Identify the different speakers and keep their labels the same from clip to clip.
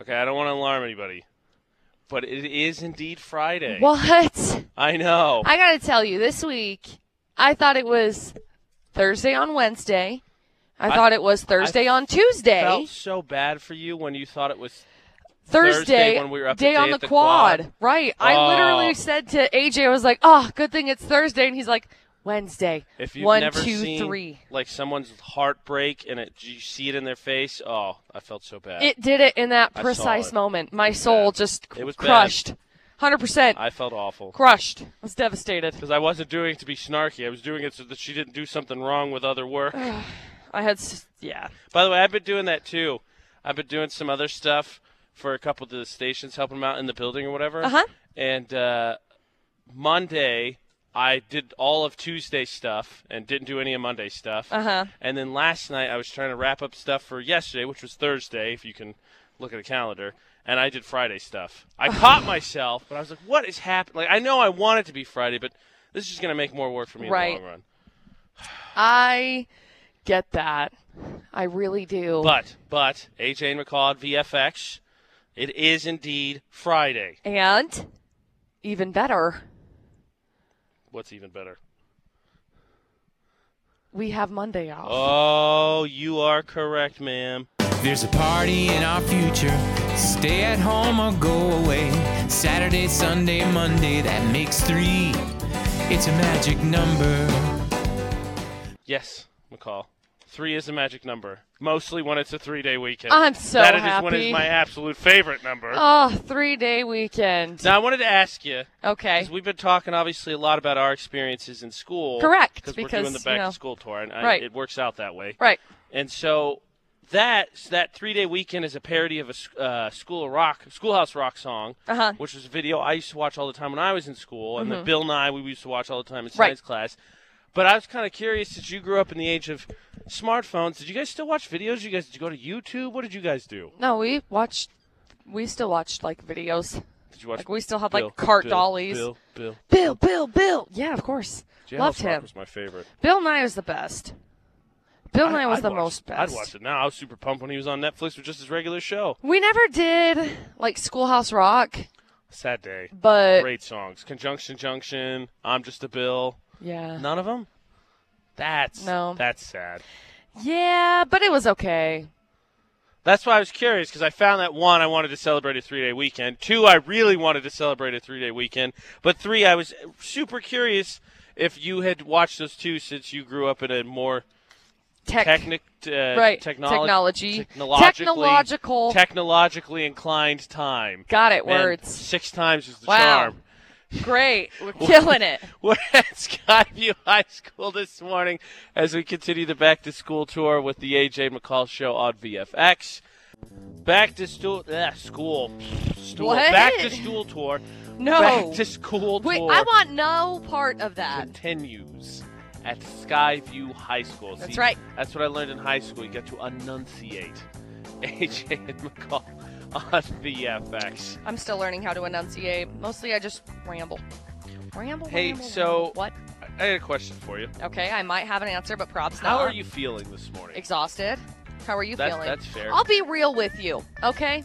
Speaker 1: Okay, I don't want to alarm anybody, but it is indeed Friday.
Speaker 2: What?
Speaker 1: I know.
Speaker 2: I got to tell you, this week, I thought it was Thursday on Wednesday. I,
Speaker 1: I-
Speaker 2: thought it was Thursday on Tuesday.
Speaker 1: felt so bad for you when you thought it was
Speaker 2: Thursday,
Speaker 1: Thursday when we were up
Speaker 2: day
Speaker 1: at
Speaker 2: on
Speaker 1: day
Speaker 2: the,
Speaker 1: at the
Speaker 2: quad.
Speaker 1: quad.
Speaker 2: Right. I
Speaker 1: Oh.
Speaker 2: literally said to AJ, I was like, oh, good thing it's Thursday. And he's like, Wednesday.
Speaker 1: if you've
Speaker 2: One,
Speaker 1: never
Speaker 2: two,
Speaker 1: seen
Speaker 2: three.
Speaker 1: like someone's heartbreak and it you see it in their face. Oh, I felt so bad.
Speaker 2: It did it in that
Speaker 1: I saw
Speaker 2: precise
Speaker 1: it.
Speaker 2: moment. My soul just
Speaker 1: It was bad.
Speaker 2: crushed. 100%.
Speaker 1: I felt awful
Speaker 2: crushed. I was devastated.
Speaker 1: because I wasn't doing it to be snarky. I was doing it so that she didn't do something wrong with other work.
Speaker 2: I had, s- yeah.
Speaker 1: By the way, I've been doing that too. I've been doing some other stuff for a couple of the stations, helping them out in the building or whatever.
Speaker 2: Uh-huh.
Speaker 1: And uh, Monday, I did all of Tuesday stuff and didn't do any of Monday stuff.
Speaker 2: Uh-huh.
Speaker 1: And then last night, I was trying to wrap up stuff for yesterday, which was Thursday, if you can look at the calendar. And I did Friday stuff. I caught myself, but I was like, "What is happening?" Like, I know I want it to be Friday, but this is going to make more work for me in
Speaker 2: Right.
Speaker 1: the long run.
Speaker 2: I get that. I really do.
Speaker 1: But but AJ and McCall at VFX, it is indeed Friday.
Speaker 2: and even better,
Speaker 1: What's even better?
Speaker 2: we have Monday off.
Speaker 1: Oh, you are correct, ma'am.
Speaker 3: There's a party in our future. Stay at home or go away. Saturday, Sunday, Monday, that makes three. It's a magic number.
Speaker 1: Yes, McCall. Three is a magic number. Mostly when it's a three-day weekend.
Speaker 2: I'm so
Speaker 1: That it is
Speaker 2: happy.
Speaker 1: when it's my absolute favorite number.
Speaker 2: Oh, three day weekend.
Speaker 1: Now I wanted to ask you
Speaker 2: Okay.
Speaker 1: because we've been talking obviously a lot about our experiences in school.
Speaker 2: Correct,
Speaker 1: Because we're
Speaker 2: because,
Speaker 1: doing the
Speaker 2: you
Speaker 1: back
Speaker 2: know.
Speaker 1: to school tour, and I,
Speaker 2: Right.
Speaker 1: it works out that way.
Speaker 2: Right.
Speaker 1: And so that that three day weekend is a parody of a s- uh, school of rock, schoolhouse rock song,
Speaker 2: Uh-huh. Mm-hmm.
Speaker 1: which was a video I used to watch all the time when I was in school, and the Bill Nye we used to watch all the time in
Speaker 2: Right.
Speaker 1: science class. But I was kind of curious since you grew up in the age of smartphones. Did you guys still watch videos? You guys did you go to YouTube? What did you guys do?
Speaker 2: No, we watched. We still watched like videos.
Speaker 1: Did you watch?
Speaker 2: Like we still had
Speaker 1: Bill,
Speaker 2: like cart
Speaker 1: Bill,
Speaker 2: dollies.
Speaker 1: Bill, Bill,
Speaker 2: Bill, Bill, Bill. Yeah, of course.
Speaker 1: Jailhouse
Speaker 2: Loved
Speaker 1: Rock
Speaker 2: him.
Speaker 1: was my favorite.
Speaker 2: Bill Nye was the best. Bill Nye was
Speaker 1: I'd
Speaker 2: the
Speaker 1: watch-
Speaker 2: most best.
Speaker 1: I'd watch it now. I was super pumped when he was on Netflix with just his regular show.
Speaker 2: We never did like Schoolhouse Rock,
Speaker 1: Sad day.
Speaker 2: but
Speaker 1: Great songs. Conjunction Junction. I'm just a Bill.
Speaker 2: yeah,
Speaker 1: None of them. That's
Speaker 2: No.
Speaker 1: That's sad.
Speaker 2: yeah, but it was okay.
Speaker 1: That's why I was curious because I found that one I wanted to celebrate a three day weekend. Two, I really wanted to celebrate a three day weekend. But three, I was super curious if you had watched those two since you grew up in a more
Speaker 2: Tech,
Speaker 1: technic uh,
Speaker 2: right?
Speaker 1: technolo-
Speaker 2: technology,
Speaker 1: technologically
Speaker 2: technological.
Speaker 1: technologically inclined time.
Speaker 2: Got it.
Speaker 1: Man,
Speaker 2: Words.
Speaker 1: six times is the
Speaker 2: Wow.
Speaker 1: charm.
Speaker 2: Great. We're killing it.
Speaker 1: We're at Skyview High School this morning as we continue the back to school tour with the AJ McCall show on VFX. Back to stu- ah, school. Stool.
Speaker 2: What?
Speaker 1: Back to school tour.
Speaker 2: No.
Speaker 1: Back to school
Speaker 2: Wait,
Speaker 1: tour
Speaker 2: I want no part of that.
Speaker 1: continues at Skyview High School.
Speaker 2: That's
Speaker 1: See,
Speaker 2: right.
Speaker 1: That's what I learned in high school. You got to enunciate. AJ and McCall on VFX.
Speaker 2: I'm still learning how to enunciate. Mostly I just ramble. Ramble.
Speaker 1: Hey,
Speaker 2: ramble,
Speaker 1: so-
Speaker 2: ramble. what?
Speaker 1: I I had a question for you.
Speaker 2: Okay, I might have an answer, but props
Speaker 1: How
Speaker 2: not.
Speaker 1: are you feeling this morning?
Speaker 2: exhausted? How are you
Speaker 1: That's,
Speaker 2: Uh-huh. feeling?
Speaker 1: that's fair.
Speaker 2: I'll be real with you, okay?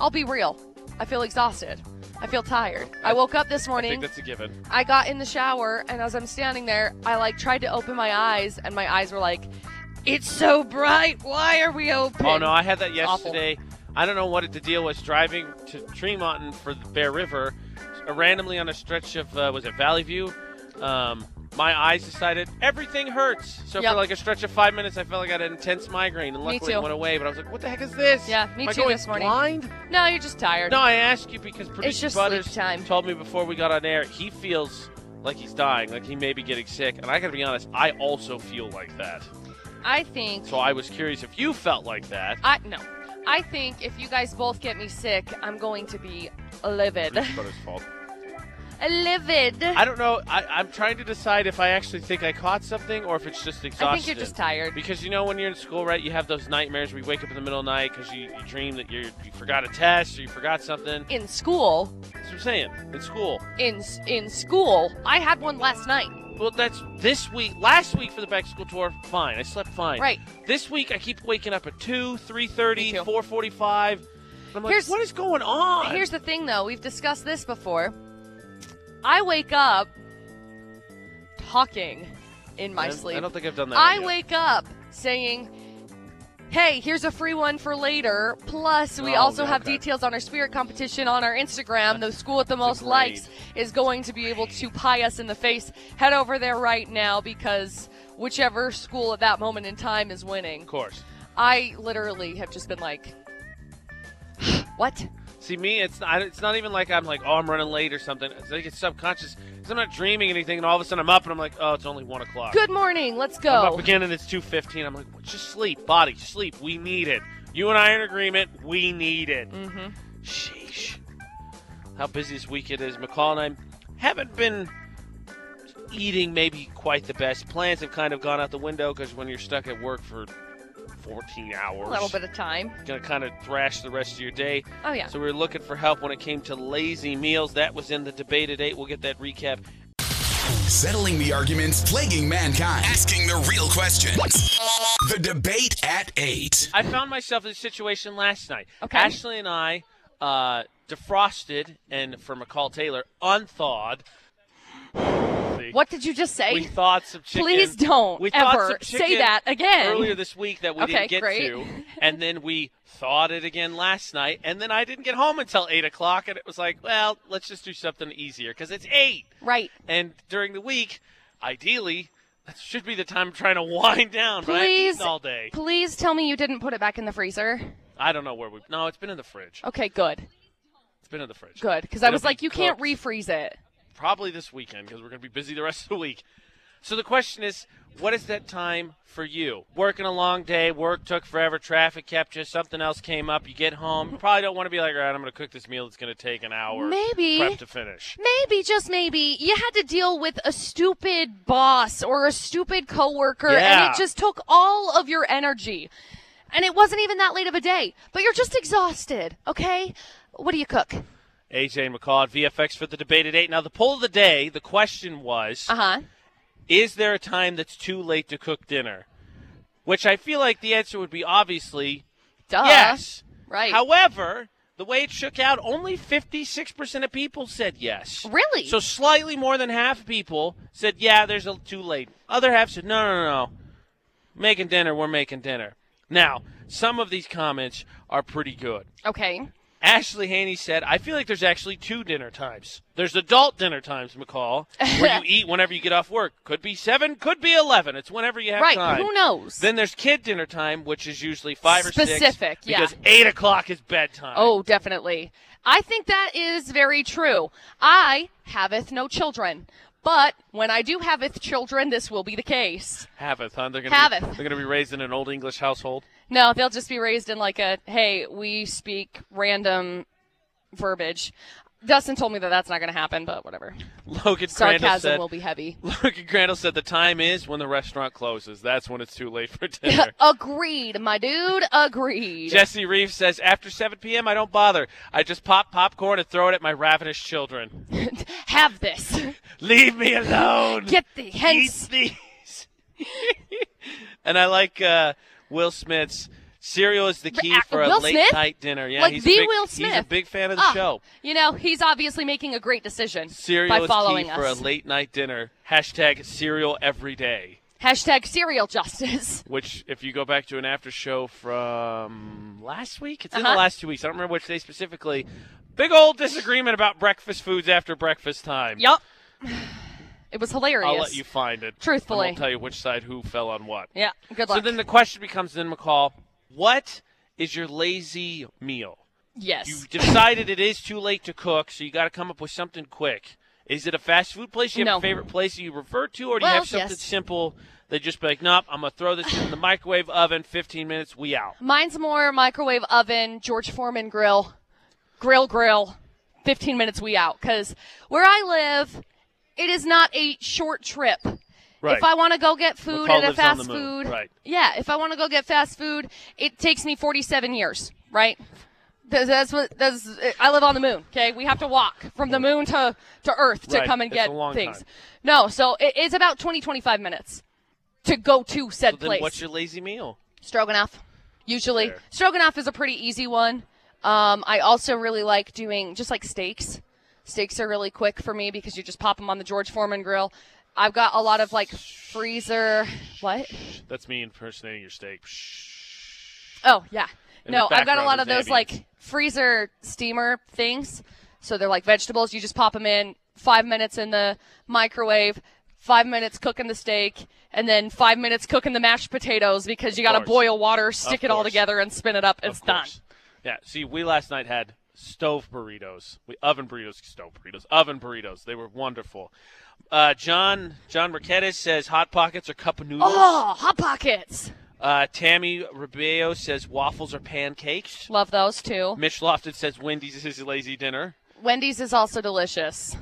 Speaker 2: I'll be real. I feel exhausted. I feel tired. I woke up this
Speaker 1: I think
Speaker 2: morning.
Speaker 1: that's a given.
Speaker 2: I, got in the shower, and as I'm standing there, I like tried to open my eyes, and my eyes were like, "It's so bright. Why are we open?"
Speaker 1: Oh no, I had that
Speaker 2: Awful.
Speaker 1: yesterday. I don't know what it- the deal was. Driving to Tremont and for the Bear River, uh, randomly on a stretch of uh, was it Valley View, um, my eyes decided everything hurts. So
Speaker 2: Yep.
Speaker 1: for like a stretch of five minutes, I felt like I had an intense migraine, and
Speaker 2: Me
Speaker 1: luckily
Speaker 2: too.
Speaker 1: it went away. But I was like, "What the heck is this?
Speaker 2: Yeah, me
Speaker 1: Am I
Speaker 2: too
Speaker 1: going
Speaker 2: this morning.
Speaker 1: Blind?
Speaker 2: No, you're just tired.
Speaker 1: No, I ask you because producer
Speaker 2: just
Speaker 1: Butters
Speaker 2: sleep time.
Speaker 1: told me before we got on air he feels like he's dying, like he may be getting sick, and I gotta be honest, I also feel like that.
Speaker 2: I think
Speaker 1: So I was curious if you felt like that.
Speaker 2: I no. I think if you guys both get me sick, I'm going to be livid.
Speaker 1: Producer Butters' fault.
Speaker 2: livid.
Speaker 1: I don't know. I, I'm trying to decide if I actually think I caught something or if it's just exhaustion.
Speaker 2: I think you're just tired.
Speaker 1: Because you know when you're in school, right? You have those nightmares where you wake up in the middle of the night because you, you dream that you're, you forgot a test or you forgot something.
Speaker 2: In school,
Speaker 1: That's what I'm saying. In school.
Speaker 2: in s- in school, I had one last night.
Speaker 1: Well, that's this week. Last week for the back to school tour, fine. I slept fine.
Speaker 2: Right.
Speaker 1: This week I keep waking up at 2,
Speaker 2: Me
Speaker 1: 3.30,
Speaker 2: too.
Speaker 1: 4.45. And I'm like,
Speaker 2: Here's-
Speaker 1: what is going on?
Speaker 2: Here's the thing, though. We've discussed this before. I wake up talking in my
Speaker 1: I-
Speaker 2: sleep.
Speaker 1: I don't think I've done that.
Speaker 2: I
Speaker 1: one yet.
Speaker 2: wake up saying, "Hey, here's a free one for later." Plus, we
Speaker 1: Oh,
Speaker 2: also
Speaker 1: okay.
Speaker 2: have details on our spirit competition on our Instagram. The school with the most
Speaker 1: grade.
Speaker 2: likes is going to be able to pie us in the face. Head over there right now because whichever school at that moment in time is winning.
Speaker 1: Of course.
Speaker 2: I literally have just been like, "What?"
Speaker 1: See me, it's not, it's not even like I'm like, oh, I'm running late or something. It's like it's subconscious. 'cause I'm not dreaming anything, and all of a sudden I'm up and I'm like, oh, it's only one o'clock.
Speaker 2: Good morning. Let's
Speaker 1: I'm
Speaker 2: go.
Speaker 1: up again and it's two fifteen. I'm like, just sleep, body, sleep. We need it. You and I are in agreement. We need it.
Speaker 2: Mm-hmm.
Speaker 1: Sheesh. How busy this week it is. McCall and I haven't been eating maybe quite the best. Plans have kind of gone out the window because when you're stuck at work for 14 hours,
Speaker 2: A little bit of time.
Speaker 1: it's going to kind of thrash the rest of your day.
Speaker 2: Oh yeah.
Speaker 1: So we were looking for help when it came to lazy meals. That was in the debate today. We'll get that recap.
Speaker 4: Settling the arguments, plaguing mankind, asking the real questions. The debate at 8.
Speaker 1: I found myself in a situation last night.
Speaker 2: Okay.
Speaker 1: Ashley and I uh, defrosted, and for McCall Taylor, unthawed. See?
Speaker 2: What did you just say?
Speaker 1: We thawed some chicken.
Speaker 2: Please don't
Speaker 1: we thawed
Speaker 2: ever
Speaker 1: some
Speaker 2: say
Speaker 1: chicken
Speaker 2: that again.
Speaker 1: Earlier this week that we
Speaker 2: Okay,
Speaker 1: didn't get
Speaker 2: great.
Speaker 1: to, and then we thawed it again last night, and then I didn't get home until eight o'clock, and it was like, well, let's just do something easier because it's eight.
Speaker 2: Right.
Speaker 1: And during the week, ideally, that should be the time I'm trying to wind down, but I've
Speaker 2: Please.
Speaker 1: eaten all day.
Speaker 2: Please tell me you didn't put it back in the freezer.
Speaker 1: I don't know where we. No, it's been in the fridge.
Speaker 2: Okay, good.
Speaker 1: It's been in the fridge.
Speaker 2: Oh. Good. Because I
Speaker 1: It'll
Speaker 2: was
Speaker 1: be
Speaker 2: like, you can't
Speaker 1: cooked.
Speaker 2: refreeze it.
Speaker 1: probably this weekend because we're going to be busy the rest of the week. So the question is, what is that time for you? Working a long day, work took forever, traffic kept you, something else came up, you get home, you probably don't want to be like, all right, I'm going to cook this meal. It's going to take an hour
Speaker 2: Maybe.
Speaker 1: prep to finish.
Speaker 2: Maybe, just maybe, you had to deal with a stupid boss or a stupid coworker,
Speaker 1: Yeah.
Speaker 2: and it just took all of your energy. And it wasn't even that late of a day, but you're just exhausted, okay? What do you cook?
Speaker 1: AJ and McCall at VFX for the debate at 8. Now, the poll of the day, the question was,
Speaker 2: Uh huh.
Speaker 1: is there a time that's too late to cook dinner? Which I feel like the answer would be obviously
Speaker 2: Duh.
Speaker 1: yes.
Speaker 2: Uh-huh. Right.
Speaker 1: However, the way it shook out, only 56% of people said yes.
Speaker 2: Really?
Speaker 1: So slightly more than half of people said, yeah, there's a too late. Other half said, no, no, no, no. Making dinner, we're making dinner. Now, some of these comments are pretty good.
Speaker 2: okay.
Speaker 1: Ashley Haney said, I feel like there's actually two dinner times. There's adult dinner times, McCall, where you eat whenever you get off work. Could be 7, could be 11. It's whenever you have
Speaker 2: Right.
Speaker 1: time.
Speaker 2: Who knows?
Speaker 1: Then there's kid dinner time, which is usually five or six.
Speaker 2: Specific, yeah.
Speaker 1: Because eight o'clock is bedtime.
Speaker 2: Oh, definitely. I think that is very true. I haveth no children, but when I do haveth children, this will be the case.
Speaker 1: Haveth, huh? They're gonna
Speaker 2: Haveth.
Speaker 1: Be, they're gonna be raised in an old English household.
Speaker 2: No, they'll just be raised in like a hey, we speak random verbiage. Dustin told me that that's not going to happen, but whatever.
Speaker 1: Logan Crandall
Speaker 2: Sarcasm
Speaker 1: said.
Speaker 2: will be heavy.
Speaker 1: Logan Crandall said the time is when the restaurant closes. That's when it's too late for dinner.
Speaker 2: agreed, my dude. Agreed.
Speaker 1: Jesse Reeves says after 7 p.m. I don't bother. I just pop popcorn and throw it at my ravenous children.
Speaker 2: Have this.
Speaker 1: Leave me alone.
Speaker 2: Get the
Speaker 1: Eat
Speaker 2: hence.
Speaker 1: these. and I like uh, Will Smith's. Cereal is the key
Speaker 2: uh,
Speaker 1: for a
Speaker 2: Will
Speaker 1: late
Speaker 2: Smith?
Speaker 1: night dinner. Yeah,
Speaker 2: Like
Speaker 1: he's
Speaker 2: the
Speaker 1: a big,
Speaker 2: Will
Speaker 1: He's a
Speaker 2: Smith.
Speaker 1: big fan of the
Speaker 2: Ah,
Speaker 1: show.
Speaker 2: You know, he's obviously making a great decision
Speaker 1: Cereal
Speaker 2: by
Speaker 1: is
Speaker 2: following
Speaker 1: key
Speaker 2: us.
Speaker 1: for a late night dinner. Hashtag cereal every day.
Speaker 2: Hashtag serial justice.
Speaker 1: Which, if you go back to an after show from last week, it's in the
Speaker 2: Uh-huh.
Speaker 1: last two weeks. I don't remember which day specifically. Big old disagreement about breakfast foods after breakfast time.
Speaker 2: Yup. It was hilarious.
Speaker 1: I'll let you find it.
Speaker 2: Truthfully.
Speaker 1: I won't tell you which side who fell on what.
Speaker 2: Yeah, good
Speaker 1: So
Speaker 2: luck.
Speaker 1: then the question becomes then, McCall, what is your lazy meal?
Speaker 2: yes.
Speaker 1: You decided it is too late to cook, so you got to come up with something quick. Is it a fast food place? Do you have a
Speaker 2: No.
Speaker 1: favorite place you refer to, or do you
Speaker 2: Well,
Speaker 1: have something
Speaker 2: yes.
Speaker 1: simple that just be like, nope, I'm gonna throw this in the microwave oven, 15 minutes, we out.
Speaker 2: Mine's more microwave oven, George Foreman grill, grill, grill. 15 minutes, we out. Because where I live, it is not a short trip. If I want to go get food
Speaker 1: McCall
Speaker 2: at a
Speaker 1: lives on
Speaker 2: fast
Speaker 1: the moon,
Speaker 2: food,
Speaker 1: right.
Speaker 2: yeah, if I want to go get fast food, it takes me 47 years, right? Th- That's what that's. I live on the moon. Okay, we have to walk from the moon to to Earth to
Speaker 1: Right,
Speaker 2: come and
Speaker 1: it's a
Speaker 2: get
Speaker 1: long
Speaker 2: things.
Speaker 1: time.
Speaker 2: No, so it, it's about 20 25 minutes to go to said
Speaker 1: then
Speaker 2: place.
Speaker 1: what's your lazy meal?
Speaker 2: Stroganoff, usually.
Speaker 1: Fair.
Speaker 2: Stroganoff is a pretty easy one. Um, I also really like doing just like steaks. Steaks are really quick for me because you just pop them on the George Foreman grill. I've got a lot of like freezer. What?
Speaker 1: That's me impersonating your steak.
Speaker 2: Oh yeah.
Speaker 1: In
Speaker 2: no,
Speaker 1: the
Speaker 2: I've got a
Speaker 1: background
Speaker 2: lot of
Speaker 1: is
Speaker 2: those
Speaker 1: ambience.
Speaker 2: like freezer steamer things. So they're like vegetables. You just pop them in. Five minutes in the microwave. Five minutes cooking the steak, and then five minutes cooking the mashed potatoes because you got to
Speaker 1: course.
Speaker 2: boil water, stick it all
Speaker 1: course.
Speaker 2: together, and spin it up. It's
Speaker 1: Of
Speaker 2: done.
Speaker 1: course. Yeah. See, we last night had stove burritos. We oven burritos, stove burritos, oven burritos. They were wonderful. Uh, John John Marquettis says hot pockets are cup of noodles.
Speaker 2: Oh, hot pockets!
Speaker 1: Uh, Tammy Ribeo says waffles are pancakes.
Speaker 2: Love those too.
Speaker 1: Mitch Lofton says Wendy's is his lazy dinner.
Speaker 2: Wendy's is also delicious.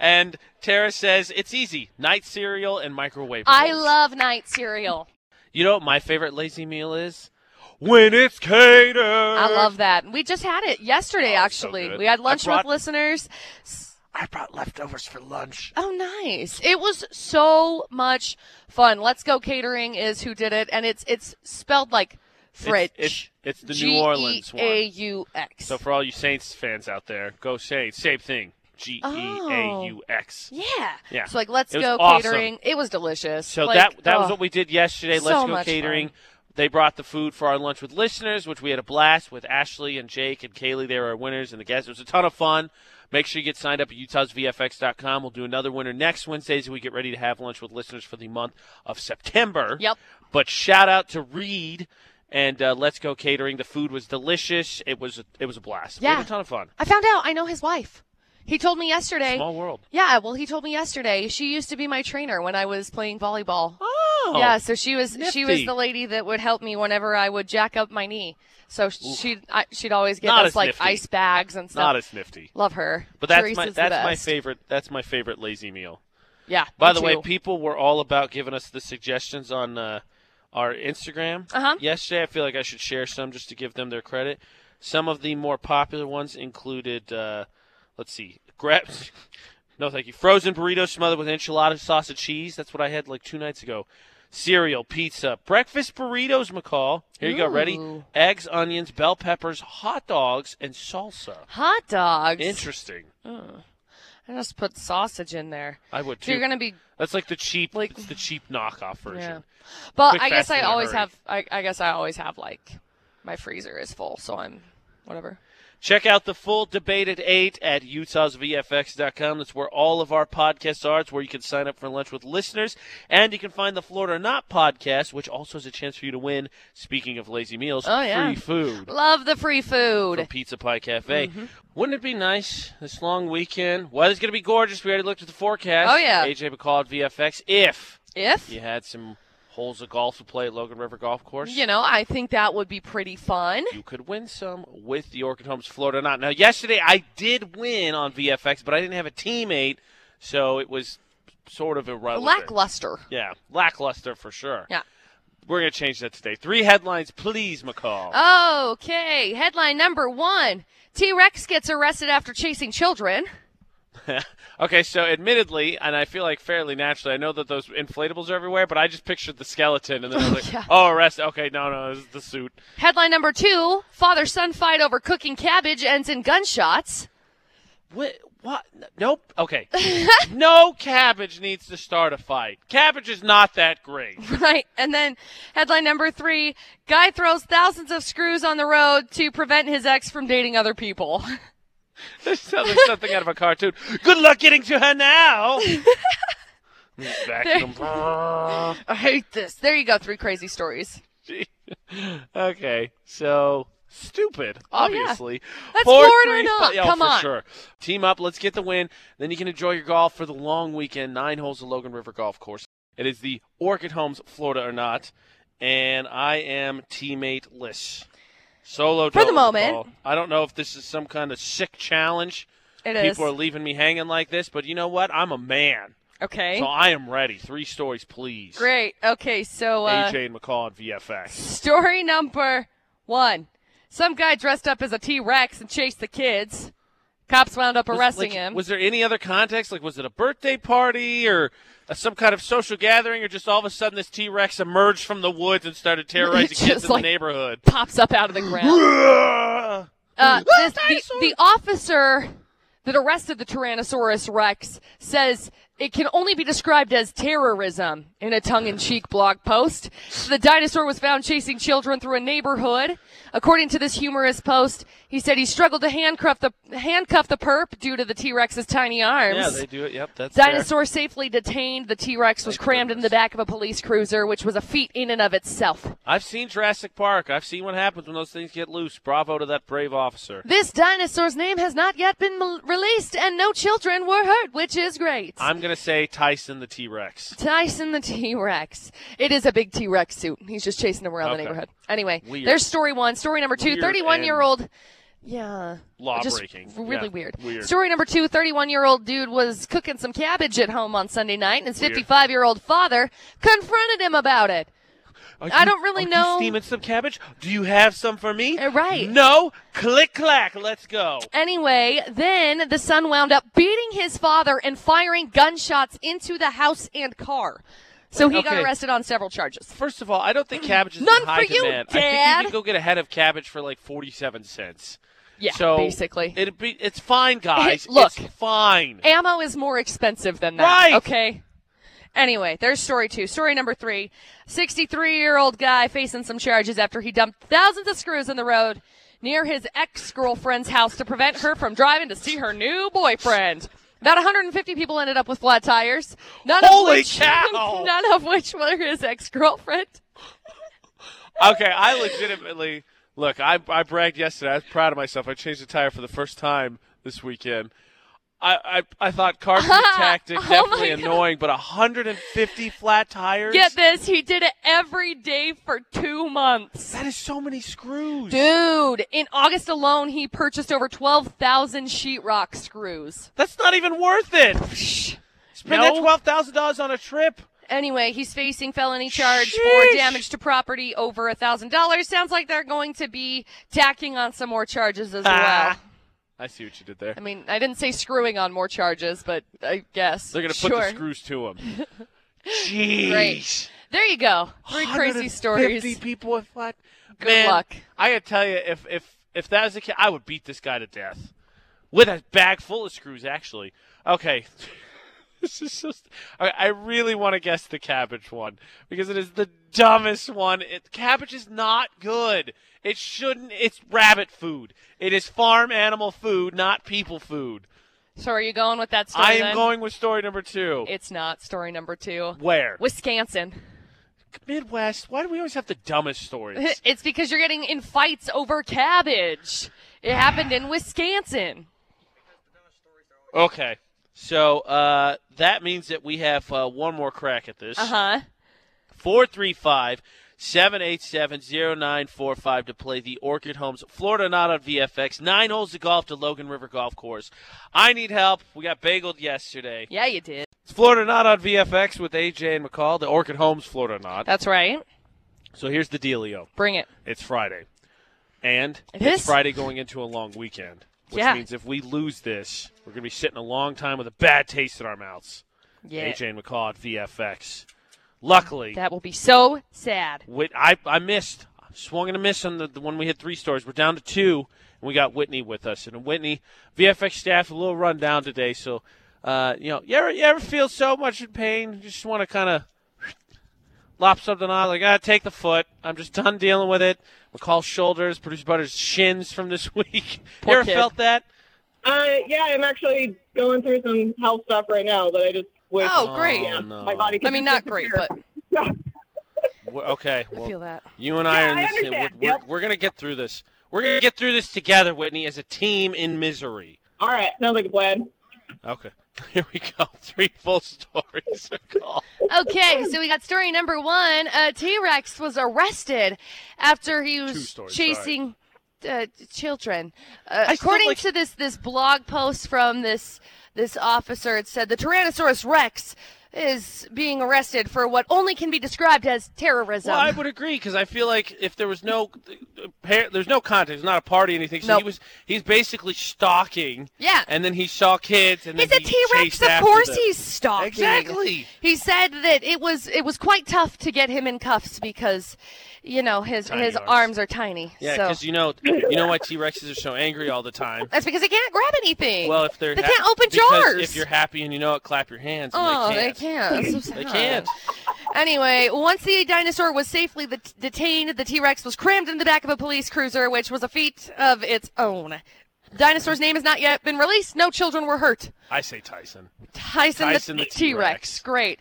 Speaker 1: And Tara says it's easy: night cereal and microwave.
Speaker 2: I
Speaker 1: rolls."
Speaker 2: love night cereal.
Speaker 1: You know what my favorite lazy meal is? When it's catered.
Speaker 2: I love that. We just had it yesterday, actually.
Speaker 1: Oh, good.
Speaker 2: we had
Speaker 1: I
Speaker 2: lunch
Speaker 1: brought-
Speaker 2: with listeners.
Speaker 1: I brought leftovers for lunch.
Speaker 2: Oh, nice! It was so much fun. Let's go catering is who did it, and it's it's spelled like French.
Speaker 1: it's- it's the New Orleans one.
Speaker 2: G E A U X.
Speaker 1: So for all you Saints fans out there, go Saints. Same thing. G E A U X.
Speaker 2: Oh. yeah.
Speaker 1: Yeah.
Speaker 2: So like, let's
Speaker 1: It was
Speaker 2: go
Speaker 1: awesome.
Speaker 2: catering. It was delicious.
Speaker 1: So
Speaker 2: Like,
Speaker 1: that that was
Speaker 2: oh.
Speaker 1: what we did yesterday. Let's
Speaker 2: so
Speaker 1: go
Speaker 2: much
Speaker 1: catering.
Speaker 2: fun.
Speaker 1: They brought the food for our lunch with listeners, which we had a blast with Ashley and Jake and Kaylee. They were our winners and the guests. It was a ton of fun. Make sure you get signed up at utahsvfx.com. We'll do another winner next Wednesday as we get ready to have lunch with listeners for the month of September.
Speaker 2: Yep.
Speaker 1: But shout out to Reed and uh, Let's Go Catering. The food was delicious. It was a, it was a blast. We
Speaker 2: Yeah.
Speaker 1: had a ton of fun.
Speaker 2: I found out. I know his wife. He told me yesterday.
Speaker 1: Small world.
Speaker 2: Yeah, well, he told me yesterday. She used to be my trainer when I was playing volleyball.
Speaker 1: Oh.
Speaker 2: yeah, so she was she was
Speaker 1: nifty.
Speaker 2: the lady that would help me whenever I would jack up my knee. So she I, she'd always give
Speaker 1: Not
Speaker 2: us
Speaker 1: as
Speaker 2: like
Speaker 1: nifty.
Speaker 2: ice bags and stuff.
Speaker 1: Not as nifty.
Speaker 2: Love her.
Speaker 1: But that's
Speaker 2: Therese
Speaker 1: my
Speaker 2: is the
Speaker 1: that's my
Speaker 2: best.
Speaker 1: favorite that's my favorite lazy meal.
Speaker 2: Yeah.
Speaker 1: By
Speaker 2: me
Speaker 1: the way,
Speaker 2: too.
Speaker 1: people were all about giving us the suggestions on uh, our Instagram
Speaker 2: Uh-huh.
Speaker 1: yesterday. I feel like I should share some just to give them their credit. Some of the more popular ones included, uh, let's see, grab. No, thank you. Frozen burritos smothered with enchilada sauce and cheese. That's what I had like two nights ago. Cereal, pizza, breakfast burritos, McCall. Here you go. Ready?
Speaker 2: Ooh.
Speaker 1: Eggs, onions, bell peppers, hot dogs, and salsa.
Speaker 2: hot dogs.
Speaker 1: Interesting.
Speaker 2: I just put sausage in there.
Speaker 1: I would
Speaker 2: So
Speaker 1: too.
Speaker 2: you're gonna be
Speaker 1: That's like the cheap,
Speaker 2: Like-
Speaker 1: it's the cheap knockoff version.
Speaker 2: yeah. But
Speaker 1: Quick,
Speaker 2: I
Speaker 1: fast,
Speaker 2: guess I
Speaker 1: in a
Speaker 2: always
Speaker 1: hurry.
Speaker 2: have I, I guess I always have like my freezer is full, so I'm whatever.
Speaker 1: Check out the full debate at 8 at utahsvfx.com. That's where all of our podcasts are. It's where you can sign up for lunch with listeners. And you can find the Florida or Not podcast, which also has a chance for you to win, speaking of lazy meals,
Speaker 2: Oh, yeah.
Speaker 1: free food
Speaker 2: Love the free food. Mm-hmm.
Speaker 1: from Pizza Pie Cafe. Wouldn't it be nice this long weekend? Weather's going to be gorgeous. We already looked at the forecast.
Speaker 2: Oh, yeah.
Speaker 1: AJ McCall at VFX. If
Speaker 2: if
Speaker 1: you had some holes of golf to play at Logan River Golf Course.
Speaker 2: you know, I think that would be pretty fun.
Speaker 1: you could win some with the Orchid Homes Florida Not. Now, yesterday I did win on VFX, but I didn't have a teammate, so it was sort of irrelevant.
Speaker 2: Lackluster.
Speaker 1: Yeah, lackluster for sure.
Speaker 2: Yeah.
Speaker 1: We're going to change that today. Three headlines, please, McCall.
Speaker 2: Oh. Okay, headline number one T Rex gets arrested after chasing children.
Speaker 1: okay, so admittedly, and I feel like fairly naturally, I know that those inflatables are everywhere, but I just pictured the skeleton and then I was like,
Speaker 2: Yeah.
Speaker 1: oh, arrest. Okay, no, no, this is the suit.
Speaker 2: Headline number two Father son fight over cooking cabbage ends in gunshots.
Speaker 1: What? What? Nope. Okay. no cabbage needs to start a fight. Cabbage is not that great.
Speaker 2: Right. And then headline number three Guy throws thousands of screws on the road to prevent his ex from dating other people.
Speaker 1: There's no- there's something out of a cartoon. Good luck getting to her now. Vacuum.
Speaker 2: I hate this. There you go. Three crazy stories.
Speaker 1: okay, so stupid,
Speaker 2: Oh, yeah.
Speaker 1: obviously.
Speaker 2: That's
Speaker 1: Four,
Speaker 2: Florida or
Speaker 1: three,
Speaker 2: not.
Speaker 1: fi- yeah,
Speaker 2: Come
Speaker 1: for
Speaker 2: on.
Speaker 1: sure. Team up. Let's get the win. Then you can enjoy your golf for the long weekend. Nine holes of Logan River Golf Course. It is the Orchid Homes, Florida or not, and I am teammate list. Solo
Speaker 2: For the
Speaker 1: dolo
Speaker 2: moment.
Speaker 1: ball. I don't know if this is some kind of sick challenge.
Speaker 2: It
Speaker 1: People are
Speaker 2: is.
Speaker 1: leaving me hanging like this, but you know what? I'm a man.
Speaker 2: okay.
Speaker 1: So I am ready. Three stories, please.
Speaker 2: Great. Okay. So, uh,
Speaker 1: AJ and McCall and VFX.
Speaker 2: story number one Some guy dressed up as a T Rex and chased the kids. Cops wound up arresting
Speaker 1: Like,
Speaker 2: him.
Speaker 1: Was there any other context? Like, was it a birthday party or uh, some kind of social gathering, or just all of a sudden this T Rex emerged from the woods and started terrorizing kids
Speaker 2: Just
Speaker 1: in
Speaker 2: like-
Speaker 1: the neighborhood?
Speaker 2: pops up out of the ground. Uh, this, the, the officer that arrested the Tyrannosaurus Rex says it can only be described as terrorism in a tongue in cheek blog post. The dinosaur was found chasing children through a neighborhood. According to this humorous post, he said he struggled to handcuff the, handcuff the perp due to the T Rex's tiny arms.
Speaker 1: Yeah, they do it. Yep, that's fair.
Speaker 2: Dinosaur safely detained. The T Rex was crammed in the back of a police cruiser, which was a feat in and of itself.
Speaker 1: I've seen Jurassic Park. I've seen what happens when those things get loose. Bravo to that brave officer.
Speaker 2: This dinosaur's name has not yet been mel- released, and no children were hurt, which is great.
Speaker 1: I'm gonna say Tyson the T Rex.
Speaker 2: Tyson the T Rex. It is a big T Rex suit. He's just chasing him around
Speaker 1: Okay.
Speaker 2: the neighborhood. Anyway,
Speaker 1: Weird.
Speaker 2: there's story one. Story number two
Speaker 1: Weird
Speaker 2: 31 year
Speaker 1: and-
Speaker 2: old. Yeah.
Speaker 1: Law
Speaker 2: Just
Speaker 1: breaking. Yeah,
Speaker 2: Really weird.
Speaker 1: weird.
Speaker 2: Story number two 31 year old dude was cooking some cabbage at home on Sunday night, and his 55 year old father confronted him about it. I don't really
Speaker 1: are
Speaker 2: know-
Speaker 1: You steaming some cabbage? Do you have some for me?
Speaker 2: Uh, right.
Speaker 1: No. Click clack. Let's go.
Speaker 2: Anyway, then the son wound up beating his father and firing gunshots into the house and car. So he got
Speaker 1: Okay.
Speaker 2: arrested on several charges.
Speaker 1: First of all, I don't think cabbage is
Speaker 2: None
Speaker 1: in high
Speaker 2: for you,
Speaker 1: demand. I think
Speaker 2: Dad.
Speaker 1: you can go get a head of cabbage for like forty-seven cents.
Speaker 2: Yeah,
Speaker 1: so
Speaker 2: basically.
Speaker 1: it'd be it's fine, guys.
Speaker 2: look.
Speaker 1: it's fine.
Speaker 2: ammo is more expensive than that.
Speaker 1: Right.
Speaker 2: Okay. Anyway, there's story two. Story number three 63 year old guy facing some charges after he dumped thousands of screws in the road near his ex girlfriend's house to prevent her from driving to see her new boyfriend. About 150 people ended up with flat tires. None
Speaker 1: Holy
Speaker 2: of which,
Speaker 1: cow!
Speaker 2: None of which were his ex girlfriend.
Speaker 1: okay, I legitimately look. I I bragged yesterday. I was proud of myself. I changed a tire for the first time this weekend. I I, I thought cartridge tactic
Speaker 2: Oh my
Speaker 1: definitely
Speaker 2: God.
Speaker 1: annoying, but 150 flat tires.
Speaker 2: Get this, he did it every day for two months.
Speaker 1: that is so many screws.
Speaker 2: Dude, in August alone, he purchased over 12,000 sheetrock screws.
Speaker 1: That's not even worth it. Spend that
Speaker 2: No.
Speaker 1: twelve thousand dollars on a trip.
Speaker 2: Anyway, he's facing felony charge
Speaker 1: Sheesh.
Speaker 2: for damage to property over $1,000. Sounds like they're going to be tacking on some more charges as well.
Speaker 1: Ah. I see what you did there.
Speaker 2: I mean, I didn't say screwing on more charges, but I guess.
Speaker 1: They're gonna
Speaker 2: sure.
Speaker 1: put the screws to them. Jeez.
Speaker 2: Great. There you go. Three
Speaker 1: 150
Speaker 2: crazy stories.
Speaker 1: people with flat. Good
Speaker 2: luck.
Speaker 1: I gotta tell you, if if if that was the case, I would beat this guy to death with a bag full of screws. Actually, okay. This is just. I- I really want to guess the cabbage one because it is the dumbest one. It, cabbage is not good. It shouldn't. It's rabbit food. It is farm animal food, not people food.
Speaker 2: So are you going with that story?
Speaker 1: I am
Speaker 2: then?
Speaker 1: going with story number two.
Speaker 2: It's not story number two.
Speaker 1: Where?
Speaker 2: Wisconsin.
Speaker 1: Midwest. Why do we always have the dumbest stories?
Speaker 2: It's because you're getting in fights over cabbage. It happened in Wisconsin.
Speaker 1: Okay. So uh, that means that we have uh, one more crack at this.
Speaker 2: Uh huh.
Speaker 1: 435 787 0945 to play the Orchid Homes Florida Not on VFX. Nine holes of golf to Logan River Golf Course. I need help. We got bageled yesterday.
Speaker 2: Yeah, you did.
Speaker 1: It's Florida Not on VFX with AJ and McCall, the Orchid Homes Florida Not.
Speaker 2: That's right.
Speaker 1: So here's the dealio
Speaker 2: Bring it.
Speaker 1: it's Friday. And
Speaker 2: It
Speaker 1: it's
Speaker 2: is.
Speaker 1: Friday going into a long weekend, which
Speaker 2: Yeah.
Speaker 1: means if we lose this, we're going to be sitting a long time with a bad taste in our mouths.
Speaker 2: Yeah.
Speaker 1: AJ and McCall at VFX. Luckily,
Speaker 2: That will be so sad.
Speaker 1: Whit- I, I missed. Swung and a miss on the, the one we hit three stars. We're down to two, and we got Whitney with us. And Whitney, VFX staff, a little run down today. So, uh, you know, you ever, you ever feel so much in pain, you just want to kind of lop something off? Like, ah, take the foot. I'm just done dealing with it. McCall's shoulders, producer Butter's shins from this week. you
Speaker 2: Poor
Speaker 1: ever
Speaker 2: kid.
Speaker 1: felt that?
Speaker 5: Uh, yeah, I'm actually going through some health stuff right now that I just wish.
Speaker 2: Oh, great.
Speaker 5: yeah,
Speaker 1: Oh, no.
Speaker 5: my body.
Speaker 2: I mean, not great, but
Speaker 1: We're- Okay.
Speaker 2: I
Speaker 1: Well,
Speaker 2: feel that.
Speaker 1: You and I
Speaker 5: Yeah,
Speaker 1: are in
Speaker 5: I
Speaker 1: this. We're,
Speaker 5: understand.
Speaker 1: we're,
Speaker 5: Yep.
Speaker 1: we're going to get through this. We're going to get through this together, Whitney, as a team in misery.
Speaker 5: all right, sounds like a plan.
Speaker 1: Okay. Here we go. Three full stories. are called.
Speaker 2: Okay, so we got story number one. Uh, T Rex was arrested after he
Speaker 1: Two
Speaker 2: was
Speaker 1: stories,
Speaker 2: chasing uh, children. Uh,
Speaker 1: I still
Speaker 2: according
Speaker 1: like-
Speaker 2: to this this blog post from this this officer, it said the Tyrannosaurus Rex is being arrested for what only can be described as terrorism.
Speaker 1: Well, I would agree because I feel like if there was no, there's no context, there's not a party, anything. So
Speaker 2: Nope.
Speaker 1: he was, he's basically stalking.
Speaker 2: Yeah.
Speaker 1: And then he saw kids, and
Speaker 2: He's a
Speaker 1: then he
Speaker 2: T Rex.
Speaker 1: chased
Speaker 2: Of
Speaker 1: after
Speaker 2: course,
Speaker 1: them.
Speaker 2: he's stalking.
Speaker 1: Exactly.
Speaker 2: He said that it was it was quite tough to get him in cuffs because, you know, his
Speaker 1: Tiny
Speaker 2: his
Speaker 1: arms.
Speaker 2: arms. are tiny.
Speaker 1: Yeah,
Speaker 2: so
Speaker 1: because you know, you know why T Rexes are so angry all the time.
Speaker 2: that's because he can't grab anything.
Speaker 1: Well, if they're
Speaker 2: They
Speaker 1: hap-
Speaker 2: can't open
Speaker 1: because
Speaker 2: jars.
Speaker 1: If you're happy and you know it, clap your hands. and
Speaker 2: oh,
Speaker 1: they can't.
Speaker 2: That's so sad.
Speaker 1: They can't.
Speaker 2: Anyway, once the dinosaur was safely det- detained, the T Rex was crammed in the back of a police cruiser, which was a feat of its own. Dinosaur's name has not yet been released. No children were hurt.
Speaker 1: I say Tyson.
Speaker 2: Tyson,
Speaker 1: Tyson the
Speaker 2: the T
Speaker 1: T-Rex.
Speaker 2: Rex. Great.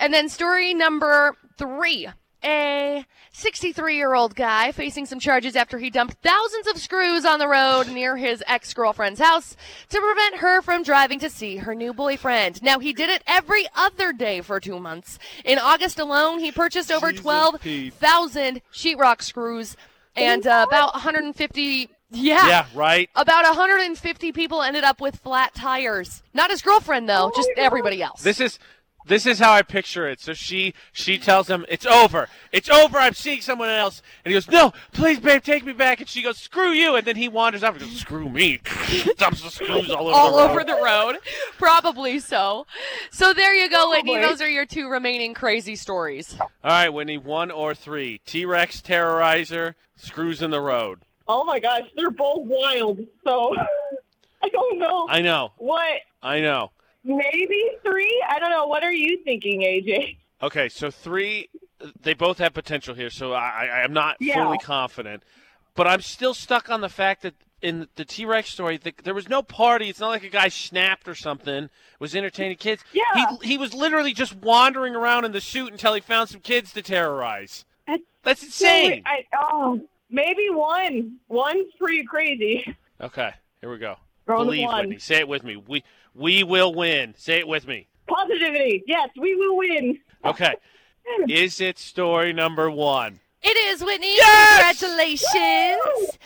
Speaker 2: And then story number three. A 63 year old guy facing some charges after he dumped thousands of screws on the road near his ex girlfriend's house to prevent her from driving to see her new boyfriend. Now, he did it every other day for two months. In August alone, he purchased over 12,000 sheetrock screws and uh, about 150.
Speaker 1: Yeah, right.
Speaker 2: About 150 people ended up with flat tires. Not his girlfriend though, just everybody else.
Speaker 1: This is this is how I picture it. So she she tells him it's over, it's over. I'm seeing someone else, and he goes, "No, please, babe, take me back." And she goes, "Screw you!" And then he wanders off and goes, "Screw me!" Dumps the screws all over.
Speaker 2: all
Speaker 1: the road.
Speaker 2: over the road, probably so. So there you go, Whitney.
Speaker 5: Probably.
Speaker 2: Those are your two remaining crazy stories.
Speaker 1: All right, Whitney, one or three. T Rex terrorizer, screws in the road.
Speaker 5: Oh my gosh, they're both wild. So I don't know
Speaker 1: I know,
Speaker 5: what.
Speaker 1: I know.
Speaker 5: Maybe three. I don't know. What are you thinking, AJ?
Speaker 1: Okay, so three. They both have potential here, so I, I am not
Speaker 5: Yeah.
Speaker 1: fully confident, but I'm still stuck on the fact that in the T Rex story, the, there was no party. It's not like a guy snapped or something. Was entertaining kids.
Speaker 5: Yeah.
Speaker 1: he, he was literally just wandering around in the suit until he found some kids to terrorize.
Speaker 5: That's-
Speaker 1: That's insane.
Speaker 5: I, oh, maybe one. One's pretty crazy.
Speaker 1: okay, here we go.
Speaker 5: Round
Speaker 1: Believe
Speaker 5: one.
Speaker 1: Whitney. Say it with me. We we will win. Say it with me.
Speaker 5: Positivity. Yes, we will win.
Speaker 1: Okay. Is it story number one?
Speaker 2: It is Whitney.
Speaker 1: Yes!
Speaker 2: Congratulations.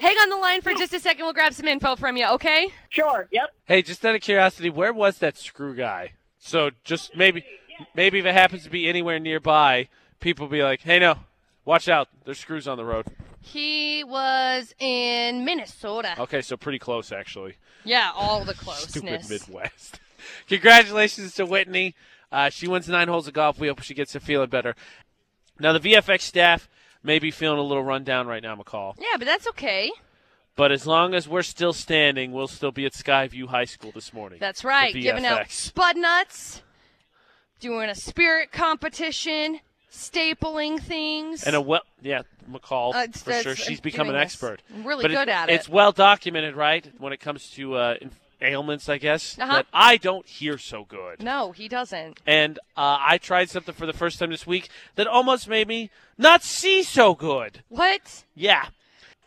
Speaker 2: Hang on the line for just a second. We'll grab some info from you, okay?
Speaker 5: Sure. Yep.
Speaker 1: Hey, just out of curiosity, where was that screw guy? So just maybe, maybe if it happens to be anywhere nearby, people be like, "Hey, no, watch out! There's screws on the road."
Speaker 2: He was in Minnesota.
Speaker 1: Okay, so pretty close actually.
Speaker 2: Yeah, all the
Speaker 1: Stupid
Speaker 2: closeness.
Speaker 1: Midwest. Congratulations to Whitney. Uh, she wins nine holes of golf. We hope she gets to feeling better. Now the VFX staff may be feeling a little run down right now, McCall.
Speaker 2: yeah, but that's okay.
Speaker 1: But as long as we're still standing, we'll still be at Skyview High School this morning.
Speaker 2: That's right.
Speaker 1: The
Speaker 2: Giving out
Speaker 1: VFX.
Speaker 2: spud nuts, doing a spirit competition, stapling things.
Speaker 1: And a well, yeah, McCall
Speaker 2: Uh, it's-
Speaker 1: for sure.
Speaker 2: it's-
Speaker 1: She's
Speaker 2: I'm
Speaker 1: become an
Speaker 2: doing this.
Speaker 1: expert.
Speaker 2: I'm really
Speaker 1: But
Speaker 2: good at it.
Speaker 1: It's well documented, right? When it comes to uh, inf- ailments, I guess
Speaker 2: Uh-huh.
Speaker 1: that I don't hear so good.
Speaker 2: no, he doesn't.
Speaker 1: And uh, I tried something for the first time this week that almost made me not see so good.
Speaker 2: What?
Speaker 1: Yeah.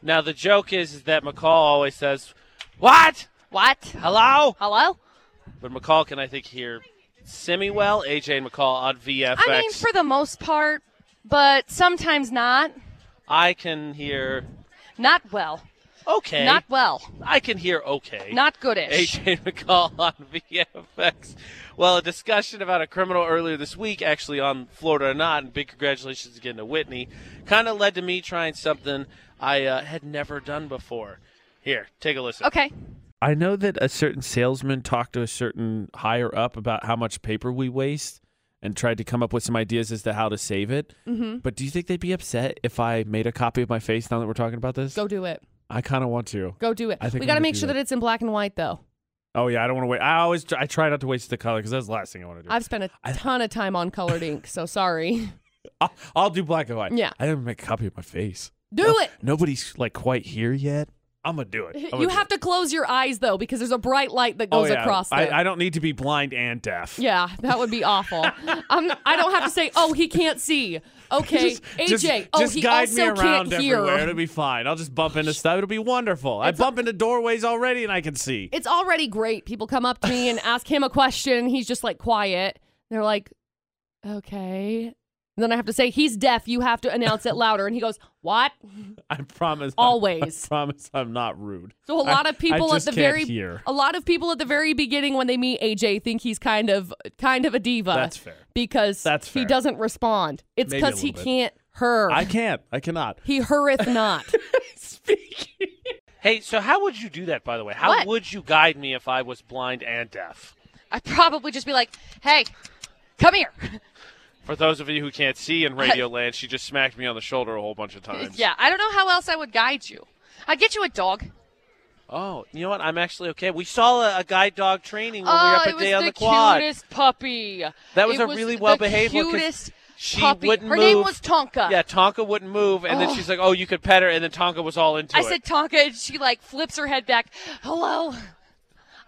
Speaker 1: Now the joke is, is that McCall always says, "What?
Speaker 2: What?
Speaker 1: Hello?"
Speaker 2: Hello?
Speaker 1: But McCall can I think hear semi well. AJ and McCall on VFX.
Speaker 2: I mean, for the most part, but sometimes not.
Speaker 1: I can hear
Speaker 2: Not well.
Speaker 1: okay.
Speaker 2: Not well.
Speaker 1: I can hear okay.
Speaker 2: Not goodish.
Speaker 1: AJ McCall on VFX. Well, a discussion about a criminal earlier this week, actually on Florida or not, and big congratulations again to Whitney, kind of led to me trying something I uh, had never done before. Here, take a listen.
Speaker 2: Okay.
Speaker 1: I know that a certain salesman talked to a certain higher up about how much paper we waste and tried to come up with some ideas as to how to save it. Mm-hmm. But do you think they'd be upset if I made a copy of my face now that we're talking about this?
Speaker 6: Go do it.
Speaker 1: I kind of want to.
Speaker 6: Go do it.
Speaker 1: I think
Speaker 6: We
Speaker 1: I'm
Speaker 6: got to
Speaker 1: gonna
Speaker 6: make
Speaker 1: do
Speaker 6: sure
Speaker 1: that.
Speaker 6: that. it's in black and white, though.
Speaker 1: Oh yeah, I don't want to wait. I always try, I try not to waste the color because that's the last thing I want to do.
Speaker 6: I've spent
Speaker 1: I-
Speaker 6: a ton of time on colored ink, so sorry.
Speaker 1: I'll, I'll do black and white.
Speaker 6: Yeah.
Speaker 1: I didn't make a copy of my face.
Speaker 6: Do it.
Speaker 1: Nobody's like quite here yet. I'm gonna do it. I'm gonna
Speaker 6: You
Speaker 1: do
Speaker 6: have
Speaker 1: it.
Speaker 6: to close your eyes though, because there's a bright light that goes
Speaker 1: oh, yeah.
Speaker 6: across.
Speaker 1: I,
Speaker 6: them.
Speaker 1: I don't need to be blind and deaf.
Speaker 6: yeah, that would be awful. I'm, I don't have to say, oh, he can't see. Okay,
Speaker 1: Just-
Speaker 6: AJ.
Speaker 1: just,
Speaker 6: oh,
Speaker 1: just
Speaker 6: he
Speaker 1: guide
Speaker 6: also
Speaker 1: me around
Speaker 6: can't hear.
Speaker 1: everywhere. It'll be fine. I'll just bump into stuff. It'll be wonderful. I bump into doorways already, and I can see.
Speaker 6: it's already great. People come up to me and ask him a question. and He's just like quiet. They're like, okay. And
Speaker 2: And then I have to say, he's deaf. You have to announce it louder. And he goes, what?
Speaker 6: I promise.
Speaker 2: Always.
Speaker 6: I, promise I'm not rude.
Speaker 2: So a lot
Speaker 6: I-
Speaker 2: of people at
Speaker 6: I just
Speaker 2: the
Speaker 6: can't
Speaker 2: very
Speaker 6: hear.
Speaker 2: a lot of people at the very beginning when they meet AJ think he's kind of kind of a diva.
Speaker 6: That's fair.
Speaker 2: Because
Speaker 6: That's
Speaker 2: he
Speaker 6: fair.
Speaker 2: doesn't respond. It's
Speaker 6: Maybe a
Speaker 2: because he
Speaker 6: little bit.
Speaker 2: can't her.
Speaker 6: I can't. I cannot.
Speaker 2: he hurreth not.
Speaker 1: Hey, so how would you do that, by the way? How
Speaker 7: What?
Speaker 1: would you guide me if I was blind and deaf?
Speaker 7: I'd probably just be like, hey, come here.
Speaker 1: For those of you who can't see in Radio Land, she just smacked me on the shoulder a whole bunch of times.
Speaker 7: yeah, I don't know how else I would guide you. I'd get you a dog.
Speaker 1: Oh, you know what? I'm actually okay. We saw a, a guide dog training when we were
Speaker 7: oh,
Speaker 1: up
Speaker 7: it
Speaker 1: at
Speaker 7: was
Speaker 1: Day on
Speaker 7: the,
Speaker 1: the, Quad.
Speaker 7: cutest puppy.
Speaker 1: That was
Speaker 7: It
Speaker 1: a really
Speaker 7: the
Speaker 1: well-behaved one 'cause
Speaker 7: cutest
Speaker 1: she
Speaker 7: puppy.
Speaker 1: wouldn't
Speaker 7: Her name
Speaker 1: move.
Speaker 7: was Tonka.
Speaker 1: Yeah, Tonka wouldn't move, and then she's like, "Oh, you could pet her," and then Tonka was all into
Speaker 7: I
Speaker 1: it.
Speaker 7: said Tonka, and she like flips her head back. Hello.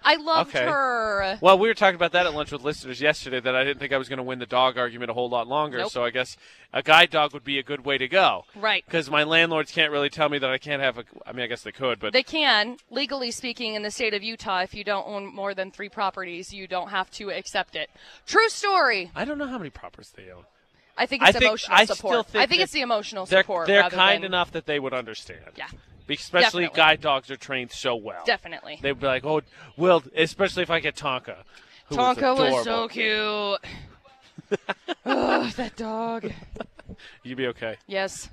Speaker 7: I loved
Speaker 1: Okay.
Speaker 7: her.
Speaker 1: Well, we were talking about that at lunch with listeners yesterday that I didn't think I was going to win the dog argument a whole lot longer.
Speaker 7: Nope.
Speaker 1: So I guess a guide dog would be a good way to go.
Speaker 7: Right.
Speaker 1: Because my landlords can't really tell me that I can't have a. I mean, I guess they could, but.
Speaker 7: They can, legally speaking, in the state of Utah, if you don't own more than three properties, you don't have to accept it. True story.
Speaker 1: I don't know how many properties they own.
Speaker 7: I think
Speaker 1: I
Speaker 7: it's
Speaker 1: think-
Speaker 7: emotional
Speaker 1: I still
Speaker 7: support.
Speaker 1: think
Speaker 7: I think
Speaker 1: that
Speaker 7: it's the emotional
Speaker 1: They're,
Speaker 7: support.
Speaker 1: they're
Speaker 7: rather
Speaker 1: kind
Speaker 7: than-
Speaker 1: enough that they would understand.
Speaker 7: Yeah.
Speaker 1: Especially
Speaker 7: Definitely.
Speaker 1: guide dogs are trained so well.
Speaker 7: Definitely.
Speaker 1: They'd be like, oh, well, especially if I get Tonka. who was
Speaker 7: Tonka was so
Speaker 1: adorable.
Speaker 7: cute. Ugh, that dog.
Speaker 1: You'd be okay.
Speaker 7: Yes.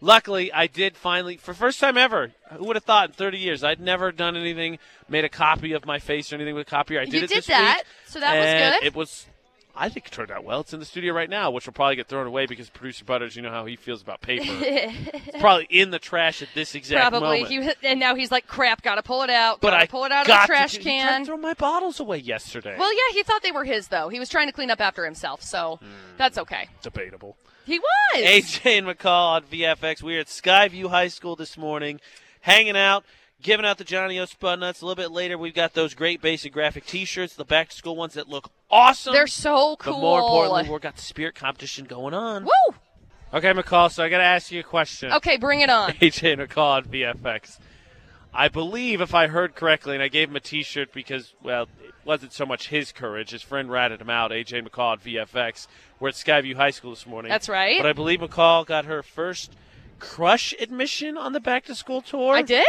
Speaker 1: Luckily, I did finally, for first time ever. Who would have thought in 30 years I'd never done anything, made a copy of my face or anything with copier. I did
Speaker 7: You
Speaker 1: it
Speaker 7: did
Speaker 1: this
Speaker 7: that,
Speaker 1: week,
Speaker 7: so that was
Speaker 1: and
Speaker 7: good.
Speaker 1: It was, I think, it turned out well. It's in the studio right now, which will probably get thrown away because producer Butters, you know how he feels about paper. it's probably in the trash at this exact
Speaker 7: Probably.
Speaker 1: moment.
Speaker 7: He, was- and now he's like, crap, gotta pull it out.
Speaker 1: but
Speaker 7: gotta
Speaker 1: I
Speaker 7: pull it out of
Speaker 1: got
Speaker 7: the
Speaker 1: to
Speaker 7: trash
Speaker 1: do- he tried to
Speaker 7: can.
Speaker 1: throw my bottles away yesterday.
Speaker 7: Well, yeah, he thought they were his, though. He was trying to clean up after himself, so
Speaker 1: Hmm.
Speaker 7: that's okay.
Speaker 1: debatable.
Speaker 7: He was.
Speaker 1: AJ and McCall on VFX. We're at Skyview High School this morning, hanging out, giving out the Johnny O Spud Nuts. A little bit later, we've got those great basic graphic T-shirts, the back to school ones that look awesome.
Speaker 7: They're so cool.
Speaker 1: But more importantly, we've got the spirit competition going on.
Speaker 7: Woo!
Speaker 1: Okay, McCall. So I got to ask you a question.
Speaker 7: Okay, bring it on.
Speaker 1: AJ and McCall on VFX. I believe, if I heard correctly, and I gave him a T-shirt because, well, it wasn't so much his courage. His friend ratted him out. AJ McCall at VFX. We're at Skyview High School this morning.
Speaker 7: That's right.
Speaker 1: But I believe McCall got her first crush admission on the back to school tour.
Speaker 7: I did?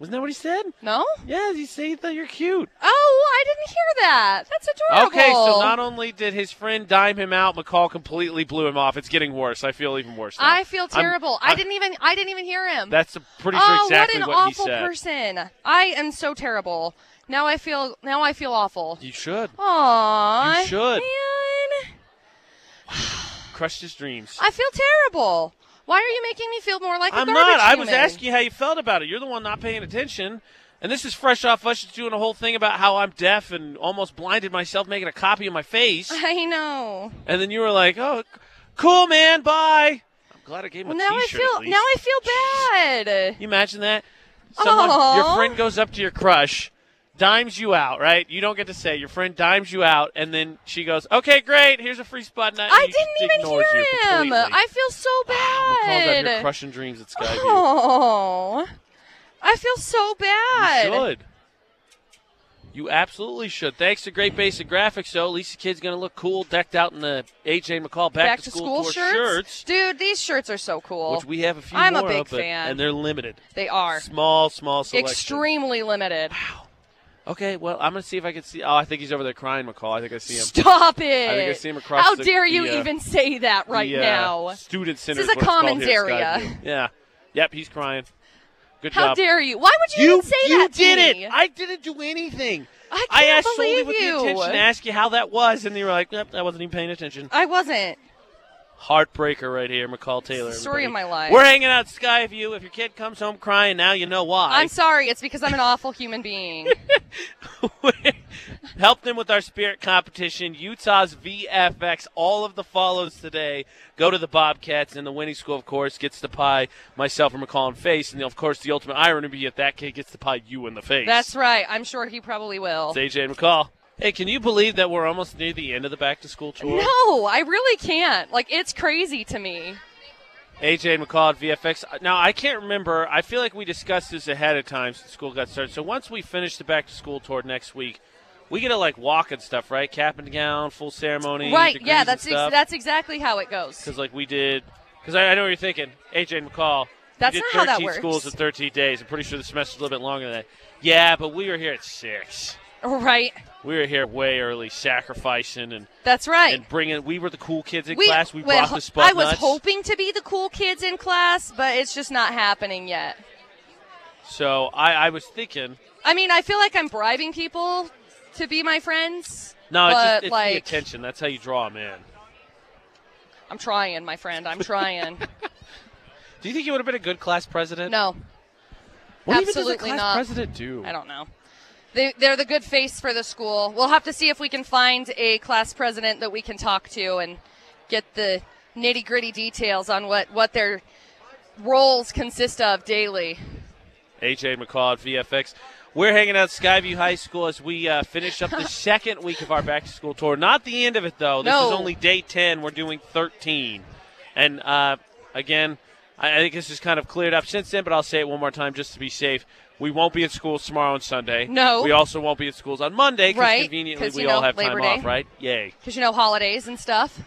Speaker 1: Wasn't that what he said?
Speaker 7: No?
Speaker 1: Yeah, he said he thought you're cute.
Speaker 7: Oh, I didn't hear that. That's adorable.
Speaker 1: Okay, so not only did his friend dime him out, McCall completely blew him off. It's getting worse. I feel even worse. Now.
Speaker 7: I feel
Speaker 1: I'm-
Speaker 7: terrible. I
Speaker 1: I'm-
Speaker 7: didn't even I didn't even hear him.
Speaker 1: That's pretty sure
Speaker 7: oh,
Speaker 1: exactly
Speaker 7: what an
Speaker 1: he
Speaker 7: awful
Speaker 1: said.
Speaker 7: person. I am so terrible. Now I feel now I feel awful.
Speaker 1: You should.
Speaker 7: Aww.
Speaker 1: You should.
Speaker 7: Man.
Speaker 1: crushed his dreams.
Speaker 7: I feel terrible. Why are you making me feel more like a
Speaker 1: I'm
Speaker 7: garbage
Speaker 1: not. I was
Speaker 7: human?
Speaker 1: asking you how you felt about it. You're the one not paying attention. And this is fresh off us just doing a whole thing about how I'm deaf and almost blinded myself making a copy of my face.
Speaker 7: I know.
Speaker 1: and then you were like, oh, c- cool, man, bye. I'm glad I gave him a
Speaker 7: now I
Speaker 1: t-shirt, at
Speaker 7: feel
Speaker 1: least.
Speaker 7: now I feel bad.
Speaker 1: You imagine that? Someone, your
Speaker 7: Aw.
Speaker 1: friend goes up to your crush, dimes you out, right? You don't get to say. Your friend dimes you out, and then she goes, okay, great, here's a free spot. And
Speaker 7: I
Speaker 1: he
Speaker 7: didn't even
Speaker 1: ignores
Speaker 7: hear
Speaker 1: you
Speaker 7: him.
Speaker 1: completely.
Speaker 7: I feel so
Speaker 1: McCall's out
Speaker 7: bad.
Speaker 1: here crushing dreams at Skyview.
Speaker 7: oh, I feel so bad.
Speaker 1: You should. You absolutely should. Thanks to great basic graphics, though, at least the kid's going to look cool decked out in the AJ McCall back,
Speaker 7: Back, to school,
Speaker 1: tour
Speaker 7: shirts? dude. These shirts are so cool.
Speaker 1: which we have a few
Speaker 7: I'm a
Speaker 1: more
Speaker 7: big
Speaker 1: of, but-
Speaker 7: fan.
Speaker 1: and they're limited.
Speaker 7: they are
Speaker 1: Small, small selection.
Speaker 7: extremely limited.
Speaker 1: Okay, well, I'm going to see if I can see. Oh, I think he's over there crying, McCall. I think I see him.
Speaker 7: Stop it!
Speaker 1: I think I see him across
Speaker 7: How
Speaker 1: the-
Speaker 7: dare you
Speaker 1: the, uh,
Speaker 7: even say that right
Speaker 1: The, uh,
Speaker 7: now?
Speaker 1: Student center.
Speaker 7: This is a
Speaker 1: what it's called
Speaker 7: commons
Speaker 1: here at
Speaker 7: area.
Speaker 1: Skyview. Yeah. Yep, he's crying. Good
Speaker 7: How
Speaker 1: job.
Speaker 7: dare you? Why would you, even say
Speaker 1: you
Speaker 7: that? to
Speaker 1: did
Speaker 7: me?
Speaker 1: it. I didn't do anything.
Speaker 7: I
Speaker 1: I
Speaker 7: can't
Speaker 1: asked solely
Speaker 7: believe
Speaker 1: with
Speaker 7: you.
Speaker 1: the intention to ask you how that was, and you were like, "Yep, I wasn't even paying attention."
Speaker 7: I wasn't.
Speaker 1: Heartbreaker right here, McCall Taylor.
Speaker 7: It's the story of
Speaker 1: everybody.
Speaker 7: my life.
Speaker 1: We're hanging out at Skyview. If your kid comes home crying, now you know why.
Speaker 7: I'm sorry. It's because I'm an awful human being.
Speaker 1: Help them with our spirit competition. Utah's VFX. All of the follows today go to the Bobcats, and the winning school, of course, gets the pie. Myself and McCall in face, and of course, the ultimate irony would be if that kid gets the pie, you in the face.
Speaker 7: That's right. I'm sure he probably will.
Speaker 1: It's AJ and McCall. Hey, can you believe that we're almost near the end of the back to school tour?
Speaker 7: No, I really can't. Like it's crazy to me.
Speaker 1: AJ and McCall at VFX. Now, I can't remember. I feel like we discussed this ahead of time since school got started. So once we finish the back to school tour next week, We get to like walk and stuff, right? Cap and gown, full ceremony.
Speaker 7: Right.
Speaker 1: degrees
Speaker 7: Yeah.
Speaker 1: and
Speaker 7: That's ex-
Speaker 1: stuff.
Speaker 7: that's exactly how it goes.
Speaker 1: Because like we did, because I, I know what you're thinking, AJ McCall.
Speaker 7: That's
Speaker 1: we did
Speaker 7: not how that
Speaker 1: 13
Speaker 7: works.
Speaker 1: schools in 13 days. I'm pretty sure the semester's a little bit longer than that. Yeah, but we were here at six.
Speaker 7: Right.
Speaker 1: We were here way early, sacrificing and,
Speaker 7: That's right.
Speaker 1: and bringing. We were the cool kids in class. We
Speaker 7: well,
Speaker 1: brought the spot
Speaker 7: I was
Speaker 1: nuts.
Speaker 7: hoping to be the cool kids in class, but it's just not happening yet.
Speaker 1: So I, I was thinking,
Speaker 7: I mean, I feel like I'm bribing people to be my friends.
Speaker 1: no, it's,
Speaker 7: but
Speaker 1: just, it's
Speaker 7: like
Speaker 1: the attention. That's how you draw them in.
Speaker 7: I'm trying, my friend. I'm trying.
Speaker 1: Do you think you would have been a good class president?
Speaker 7: no,
Speaker 1: What even does a
Speaker 7: absolutely
Speaker 1: class
Speaker 7: not.
Speaker 1: president do?
Speaker 7: I don't know. They, they're the good face for the school. We'll have to see if we can find a class president that we can talk to and get the nitty gritty details on what, what their roles consist of daily.
Speaker 1: AJ McCall at VFX. We're hanging out at Skyview High School as we uh, finish up the second week of our back to school tour. Not the end of it, though. This is
Speaker 7: No.
Speaker 1: only day 10. We're doing 13. And uh, again, I, I think this is kind of cleared up since then, but I'll say it one more time just to be safe. We won't be at schools tomorrow and Sunday.
Speaker 7: No.
Speaker 1: We also won't be at schools on Monday because
Speaker 7: Right,
Speaker 1: conveniently
Speaker 7: 'cause
Speaker 1: we
Speaker 7: you
Speaker 1: all
Speaker 7: know,
Speaker 1: have time
Speaker 7: Labor
Speaker 1: off,
Speaker 7: Day.
Speaker 1: right? Yay.
Speaker 7: Because, you know, holidays and stuff.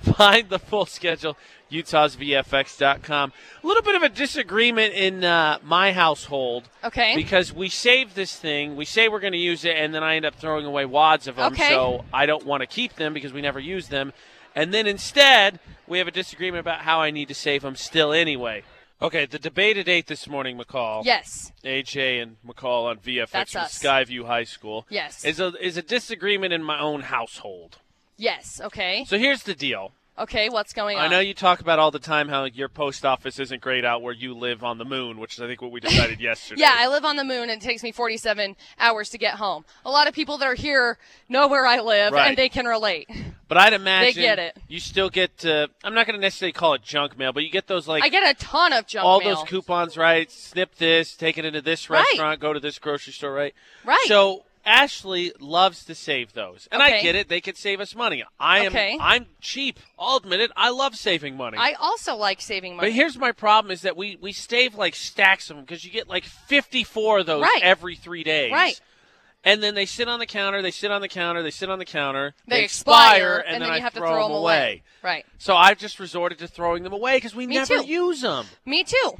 Speaker 1: Find the full schedule, utahsvfx.com. A little bit of a disagreement in uh, my household
Speaker 7: Okay.
Speaker 1: because we save this thing, we say we're going to use it, and then I end up throwing away wads of them.
Speaker 7: Okay.
Speaker 1: So I don't want to keep them because we never use them. And then instead, we have a disagreement about how I need to save them still anyway. Okay, the debate at 8 this morning, McCall.
Speaker 7: yes.
Speaker 1: AJ and McCall on VFX
Speaker 7: That's
Speaker 1: from
Speaker 7: us.
Speaker 1: Skyview High School.
Speaker 7: Yes.
Speaker 1: Is a, is a disagreement in my own household.
Speaker 7: Yes. Okay.
Speaker 1: So here's the deal.
Speaker 7: Okay. What's going on?
Speaker 1: I know you talk about all the time how your post office isn't great out where you live on the moon, which is I think what we decided yesterday.
Speaker 7: Yeah, I live on the moon and it takes me 47 hours to get home. A lot of people that are here know where I live
Speaker 1: Right.
Speaker 7: and they can relate.
Speaker 1: But I'd imagine
Speaker 7: They get it.
Speaker 1: You still get. Uh, I'm not going to necessarily call it junk mail, but you get those like
Speaker 7: I get a ton of junk
Speaker 1: all
Speaker 7: mail.
Speaker 1: those coupons, right? Snip this, take it into this
Speaker 7: Right.
Speaker 1: restaurant, go to this grocery store, right?
Speaker 7: Right.
Speaker 1: So Ashley loves to save those, and I
Speaker 7: Okay.
Speaker 1: get it. They could save us money. I am.
Speaker 7: Okay.
Speaker 1: I'm cheap. I'll admit it. I love saving money.
Speaker 7: I also like saving money.
Speaker 1: but here's my problem: is that we we save like stacks of them because you get like 54 of those
Speaker 7: Right.
Speaker 1: every three days.
Speaker 7: Right.
Speaker 1: And then they sit on the counter. They sit on the counter. They sit on the counter.
Speaker 7: they,
Speaker 1: expire, and,
Speaker 7: then,
Speaker 1: I
Speaker 7: you have
Speaker 1: throw
Speaker 7: to throw
Speaker 1: them away.
Speaker 7: Right.
Speaker 1: So I've just resorted to throwing them away because we
Speaker 7: Me
Speaker 1: never
Speaker 7: too.
Speaker 1: use them.
Speaker 7: Me too.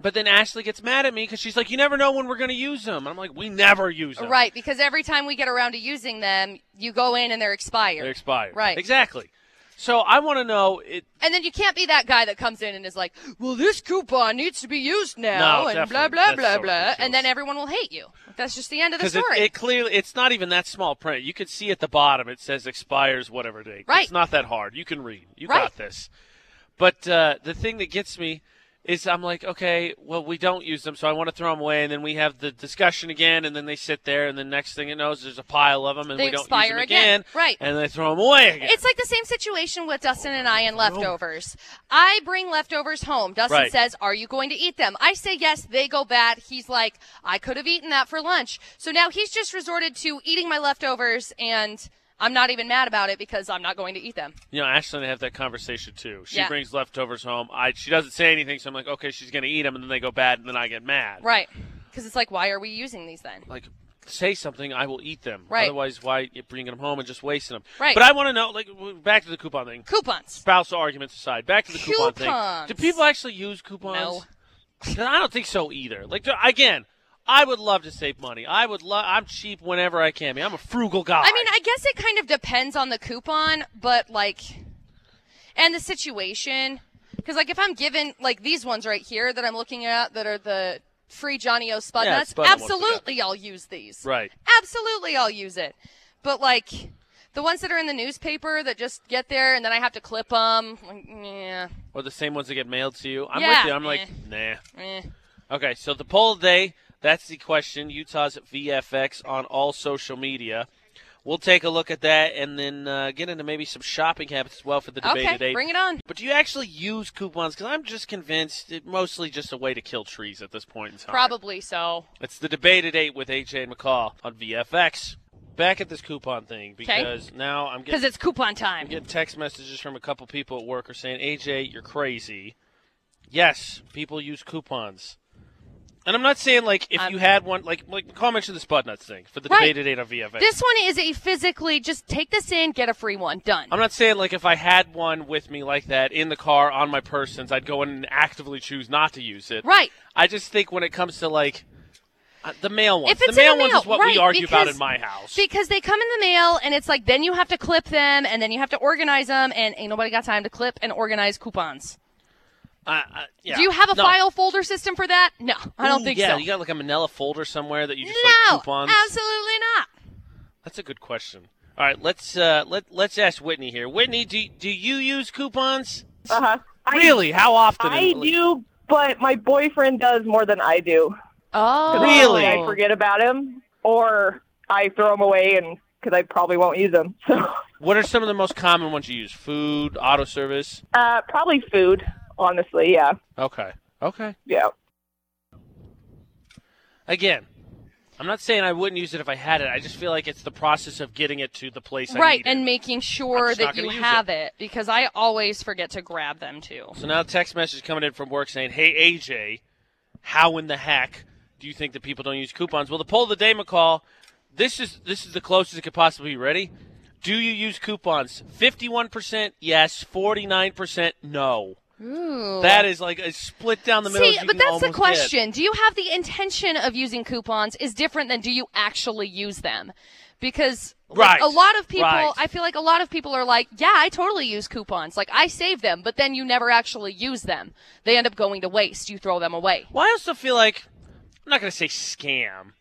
Speaker 1: But then Ashley gets mad at me because she's like, "You never know when we're going to use them." And I'm like, "We never use them.
Speaker 7: Right, because every time we get around to using them, you go in and they're expired.
Speaker 1: They expire.
Speaker 7: Right.
Speaker 1: Exactly." So I want to know it.
Speaker 7: And then you can't be that guy that comes in and is like, "Well, this coupon needs to be used now,"
Speaker 1: No,
Speaker 7: and
Speaker 1: definitely.
Speaker 7: blah blah
Speaker 1: That's
Speaker 7: blah
Speaker 1: so
Speaker 7: blah,
Speaker 1: ridiculous.
Speaker 7: and then everyone will hate you. That's just the end of the
Speaker 1: Because it,
Speaker 7: story.
Speaker 1: it clearly, it's not even that small print. You can see at the bottom it says expires whatever date.
Speaker 7: Right.
Speaker 1: It's not that hard. You can read. You
Speaker 7: Right.
Speaker 1: got this. But uh, the thing that gets me is I'm like, okay, well we don't use them, so I want to throw them away, and then we have the discussion again, and then they sit there, and the next thing it knows, there's a pile of them, and
Speaker 7: They
Speaker 1: we don't use
Speaker 7: expire
Speaker 1: them
Speaker 7: again.
Speaker 1: again.
Speaker 7: Right.
Speaker 1: And they throw them away again.
Speaker 7: It's like the same situation with Dustin and I and leftovers. I bring leftovers home. Dustin
Speaker 1: Right.
Speaker 7: says, Are you going to eat them? I say yes. They go bad. He's like, I could have eaten that for lunch. So now he's just resorted to eating my leftovers and I'm not even mad about it because I'm not going to eat them.
Speaker 1: You know, Ashley and I have that conversation too. She
Speaker 7: Yeah.
Speaker 1: brings leftovers home. I she doesn't say anything, so I'm like, okay, she's gonna eat them, and then they go bad, and then I get mad.
Speaker 7: Right. Because it's like, why are we using these then?
Speaker 1: Like, say something, I will eat them.
Speaker 7: Right.
Speaker 1: Otherwise, why you bringing them home and just wasting them?
Speaker 7: Right.
Speaker 1: But I want to know, like, w- back to the coupon thing.
Speaker 7: Coupons.
Speaker 1: Spousal arguments aside, back to the coupon
Speaker 7: Coupons.
Speaker 1: thing. Do people actually use coupons?
Speaker 7: No.
Speaker 1: 'Cause I don't think so either. Like, do- again, I would love to save money. I would love. I'm cheap whenever I can be. I'm a frugal guy.
Speaker 7: I mean, I guess it kind of depends on the coupon, but like, and the situation. Because like, if I'm given like these ones right here that I'm looking at that are the free Johnny O Spud
Speaker 1: Yeah,
Speaker 7: nuts,
Speaker 1: Spud ones we got.
Speaker 7: absolutely I'll use these.
Speaker 1: Right.
Speaker 7: Absolutely I'll use it. But like, the ones that are in the newspaper that just get there and then I have to clip them. Like, yeah.
Speaker 1: Or the same ones that get mailed to you. I'm
Speaker 7: Yeah,
Speaker 1: with you. I'm like,
Speaker 7: eh.
Speaker 1: nah. Okay, so the poll of the day, that's the question. Utah's at VFX on all social media. We'll take a look at that and then uh, get into maybe some shopping habits as well for the debate
Speaker 7: Okay,
Speaker 1: today.
Speaker 7: bring it on.
Speaker 1: But do you actually use coupons? Because I'm just convinced it's mostly just a way to kill trees at this point in time.
Speaker 7: Probably so.
Speaker 1: It's the debate at 8 with AJ and McCall on VFX. Back at this coupon thing because now I'm
Speaker 7: Because
Speaker 1: getting,
Speaker 7: it's coupon time.
Speaker 1: I'm getting text messages from a couple people at work are saying, AJ, you're crazy. Yes, people use coupons. And I'm not saying like if
Speaker 7: I'm-
Speaker 1: you had one like like McCall mentioned the spud nuts thing for the
Speaker 7: Um, Right.
Speaker 1: debate at 8 on VFA.
Speaker 7: This one is a physically just take this in, get a free one, done.
Speaker 1: I'm not saying like if I had one with me like that in the car on my persons, I'd go in and actively choose not to use it.
Speaker 7: right.
Speaker 1: I just think when it comes to like uh, the male ones,
Speaker 7: If it's
Speaker 1: the male
Speaker 7: in the
Speaker 1: ones
Speaker 7: mail,
Speaker 1: is what
Speaker 7: right,
Speaker 1: we argue about
Speaker 7: because-
Speaker 1: in my house.
Speaker 7: Because they come in the mail and it's like then you have to clip them and then you have to organize them and ain't nobody got time to clip and organize coupons.
Speaker 1: Uh, uh, yeah.
Speaker 7: Do you have a
Speaker 1: No.
Speaker 7: file folder system for that? No, I don't
Speaker 1: Ooh,
Speaker 7: think
Speaker 1: yeah,
Speaker 7: so.
Speaker 1: you got like a Manila folder somewhere that you just
Speaker 7: no,
Speaker 1: like coupons.
Speaker 7: absolutely not.
Speaker 1: That's a good question. All right, let's uh, let let's ask Whitney here. Whitney, do do you use coupons?
Speaker 5: Uh-huh. I-
Speaker 1: really? How often?
Speaker 5: I
Speaker 1: And, like,
Speaker 5: do, but my boyfriend does more than I do.
Speaker 2: Oh,
Speaker 1: Really?
Speaker 5: I forget about him, or I throw him away, and because I probably won't use him. So,
Speaker 1: What are some of the most common ones you use? Food, auto service.
Speaker 5: uh, probably food. Honestly, yeah,
Speaker 1: Okay. Okay.
Speaker 5: yeah.
Speaker 1: Again, I'm not saying I wouldn't use it if I had it. I just feel like it's the process of getting it to the place I
Speaker 7: Right,
Speaker 1: need it.
Speaker 7: and making sure
Speaker 1: just not
Speaker 7: that you
Speaker 1: gonna use
Speaker 7: have it. because I always forget to grab them too.
Speaker 1: So now text message coming in from work saying, "Hey AJ, how in the heck do you think that people don't use coupons?" Well, the poll of the day, McCall. This is this is the closest it could possibly be. Ready? Do you use coupons? Fifty-one percent yes, forty-nine percent no.
Speaker 7: Ooh.
Speaker 1: That is like a split down the middle.
Speaker 7: See,
Speaker 1: as you can
Speaker 7: but that's the
Speaker 1: almost get.
Speaker 7: question. Do you have the intention of using coupons is different than do you actually use them? Because like,
Speaker 1: Right.
Speaker 7: a lot of people,
Speaker 1: Right.
Speaker 7: I feel like a lot of people are like, yeah, I totally use coupons. Like I save them, but then you never actually use them. They end up going to waste. You throw them away.
Speaker 1: Well, I also feel like I'm not going to say scam,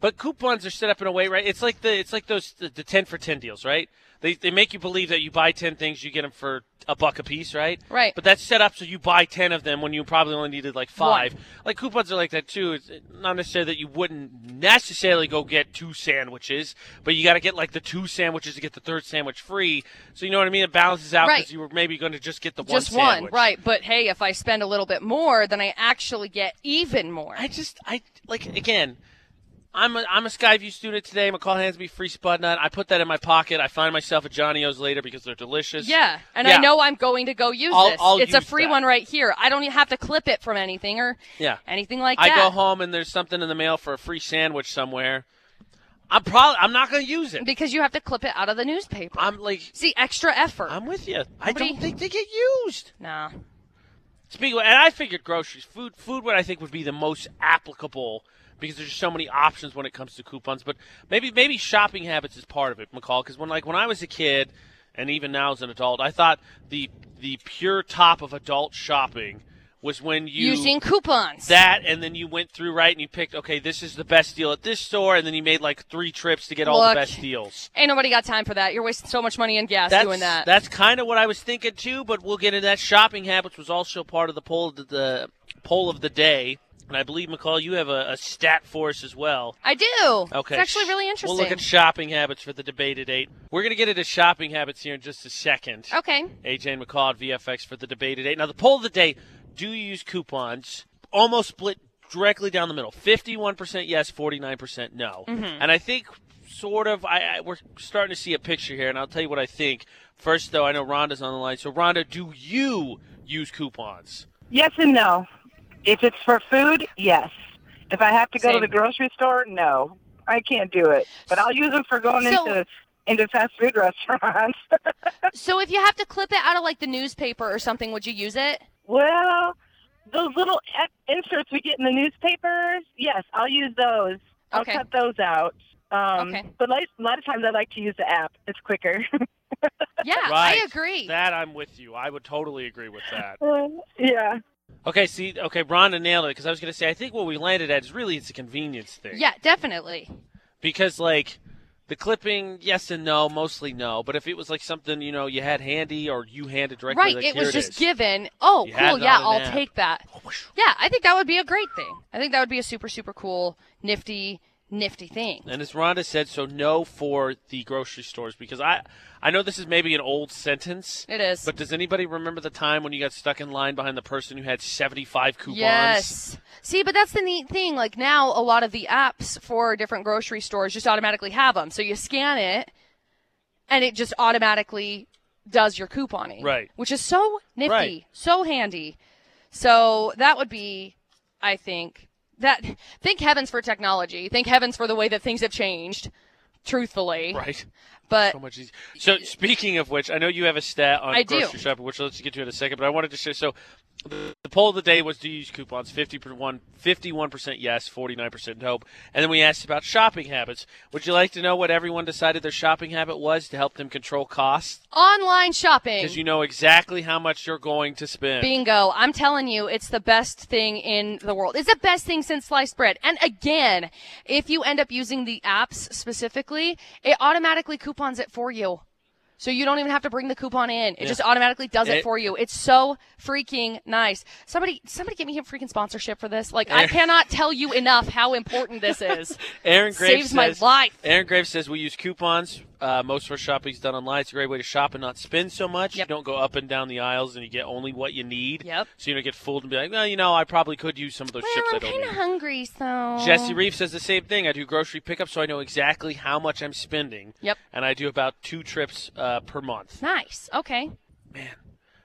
Speaker 1: but coupons are set up in a way, right? It's like the it's like those the, the ten for ten deals, right? They they make you believe that you buy ten things, you get them for a buck a piece, right?
Speaker 7: Right.
Speaker 1: But that's set up so you buy ten of them when you probably only needed like five.
Speaker 7: One.
Speaker 1: Like coupons are like that too. It's not necessarily that you wouldn't necessarily go get two sandwiches, but you got to get like the two sandwiches to get the third sandwich free. So you know what I mean? It balances out because
Speaker 7: Right.
Speaker 1: you were maybe going to just get the
Speaker 7: Just
Speaker 1: one
Speaker 7: one,
Speaker 1: sandwich.
Speaker 7: right? But hey, if I spend a little bit more, then I actually get even more.
Speaker 1: I just I like again. I'm a, I'm a Skyview student today. McCall hands me free spud nut. I put that in my pocket. I find myself at Johnny O's later because they're delicious.
Speaker 7: Yeah, and I
Speaker 1: Yeah.
Speaker 7: know I'm going to go use
Speaker 1: I'll-
Speaker 7: this.
Speaker 1: I'll
Speaker 7: it's a
Speaker 1: use
Speaker 7: free
Speaker 1: that.
Speaker 7: one right here. I don't even have to clip it from anything or
Speaker 1: Yeah.
Speaker 7: anything like
Speaker 1: I
Speaker 7: that.
Speaker 1: go home and there's something in the mail for a free sandwich somewhere. I'm probably I'm not going to use it.
Speaker 7: because you have to clip it out of the newspaper.
Speaker 1: I'm like
Speaker 7: See, extra effort.
Speaker 1: I'm with you. I
Speaker 7: Nobody-
Speaker 1: don't think they get used.
Speaker 7: nah.
Speaker 1: Speaking of, and I figured groceries, food, food, what I think would be the most applicable because there's so many options when it comes to coupons. But maybe maybe shopping habits is part of it, McCall. Because when like when I was a kid, and even now as an adult, I thought the the pure top of adult shopping was when you
Speaker 7: Using coupons.
Speaker 1: that, and then you went through right and you picked. Okay, this is the best deal at this store, and then you made like three trips to get all
Speaker 7: Look,
Speaker 1: the best deals.
Speaker 7: Ain't nobody got time for that. You're wasting so much money and gas
Speaker 1: That's,
Speaker 7: doing that.
Speaker 1: That's kind of what I was thinking too, but we'll get into that. Shopping habits was also part of the poll of the, the poll of the day, and I believe McCall, you have a, a stat for us as well.
Speaker 7: I do.
Speaker 1: Okay,
Speaker 7: It's actually
Speaker 1: sh-
Speaker 7: really interesting.
Speaker 1: We'll look at shopping habits for the debate at eight. We're gonna get into shopping habits here in just a second.
Speaker 7: okay.
Speaker 1: AJ and McCall at VFX for the debate at eight. Now the poll of the day: Do you use coupons? Almost split directly down the middle. Fifty-one percent yes, forty-nine percent no. And I think sort of I, I we're starting to see a picture here, and I'll tell you what I think. First, though, I know Rhonda's on the line. So, Rhonda, do you use coupons?
Speaker 8: Yes and no. If it's for food, yes. If I have to go
Speaker 7: Same.
Speaker 8: to the grocery store, no. I can't do it. But I'll use them for going
Speaker 7: So-
Speaker 8: into into fast food restaurants.
Speaker 7: So if you have to clip it out of like the newspaper or something, would you use it?
Speaker 8: well, those little e- inserts we get in the newspapers, yes, I'll use those. I'll
Speaker 7: Okay.
Speaker 8: cut those out. Um,
Speaker 7: Okay.
Speaker 8: But like, a lot of times I like to use the app. It's quicker.
Speaker 7: Yeah,
Speaker 1: Right.
Speaker 7: I agree.
Speaker 1: That I'm with you. I would totally agree with that.
Speaker 5: Uh,
Speaker 8: yeah.
Speaker 1: Okay, see, okay, Rhonda nailed it because I was going to say I think what we landed at is really it's a convenience thing.
Speaker 7: yeah, definitely.
Speaker 1: because like the clipping yes and no mostly no but if it was like something you know you had handy or you handed directly
Speaker 7: Right.
Speaker 1: like,
Speaker 7: it
Speaker 1: here
Speaker 7: was
Speaker 1: it
Speaker 7: just
Speaker 1: is.
Speaker 7: given. Oh,
Speaker 1: You had
Speaker 7: cool.
Speaker 1: it
Speaker 7: Yeah,
Speaker 1: on Oh, an
Speaker 7: I'll
Speaker 1: app.
Speaker 7: take that. Yeah, I think that would be a great thing. I think that would be a super, super cool, nifty, nifty thing.
Speaker 1: and as rhonda said so no for the grocery stores because i i know this is maybe an old sentence
Speaker 7: It is.
Speaker 1: but does anybody remember the time when you got stuck in line behind the person who had 75 coupons
Speaker 7: Yes. See, but that's the neat thing. Like now, a lot of the apps for different grocery stores just automatically have them. So you scan it, and it just automatically does your couponing.
Speaker 1: Right.
Speaker 7: Which is so nifty,
Speaker 1: Right.
Speaker 7: so handy. So that would be, I think, that thank heavens for technology. Thank heavens for the way that things have changed. Truthfully,
Speaker 1: Right.
Speaker 7: but
Speaker 1: So much easier. So speaking of which, I know you have a stat on
Speaker 7: I do.
Speaker 1: grocery shopping, which let's get to in a second. But I wanted to share. So the the poll of the day was: Do you use coupons? Fifty one, fifty-one percent yes, forty-nine percent no. And then we asked about shopping habits. Would you like to know what everyone decided their shopping habit was to help them control costs?
Speaker 7: online shopping.
Speaker 1: Because you know exactly how much you're going to spend.
Speaker 7: Bingo. I'm telling you, it's the best thing in the world. It's the best thing since sliced bread. And again, if you end up using the apps specifically, it automatically coupons it for you. So you don't even have to bring the coupon in. It just automatically does it,
Speaker 1: It-
Speaker 7: for you. It's so freaking nice. Somebody somebody give me a freaking sponsorship for this. Like
Speaker 1: Eh.
Speaker 7: I cannot tell you enough how important this is.
Speaker 1: Aaron Graves
Speaker 7: Saves my
Speaker 1: says-
Speaker 7: life.
Speaker 1: Aaron Graves says we use coupons. Uh, most of our shopping is done online. It's a great way to shop and not spend so much.
Speaker 7: Yep.
Speaker 1: You don't go up and down the aisles and you get only what you need.
Speaker 7: Yep.
Speaker 1: So you don't get fooled and be like, well, you know, I probably could use some of those chips I
Speaker 7: well, I'm
Speaker 1: don't
Speaker 7: kind of
Speaker 1: need.
Speaker 7: hungry, so
Speaker 1: Jesse Reeve says the same thing. I do grocery pickup, so I know exactly how much I'm spending.
Speaker 7: Yep.
Speaker 1: And I do about two trips uh, per month.
Speaker 7: Nice. Okay.
Speaker 1: Man,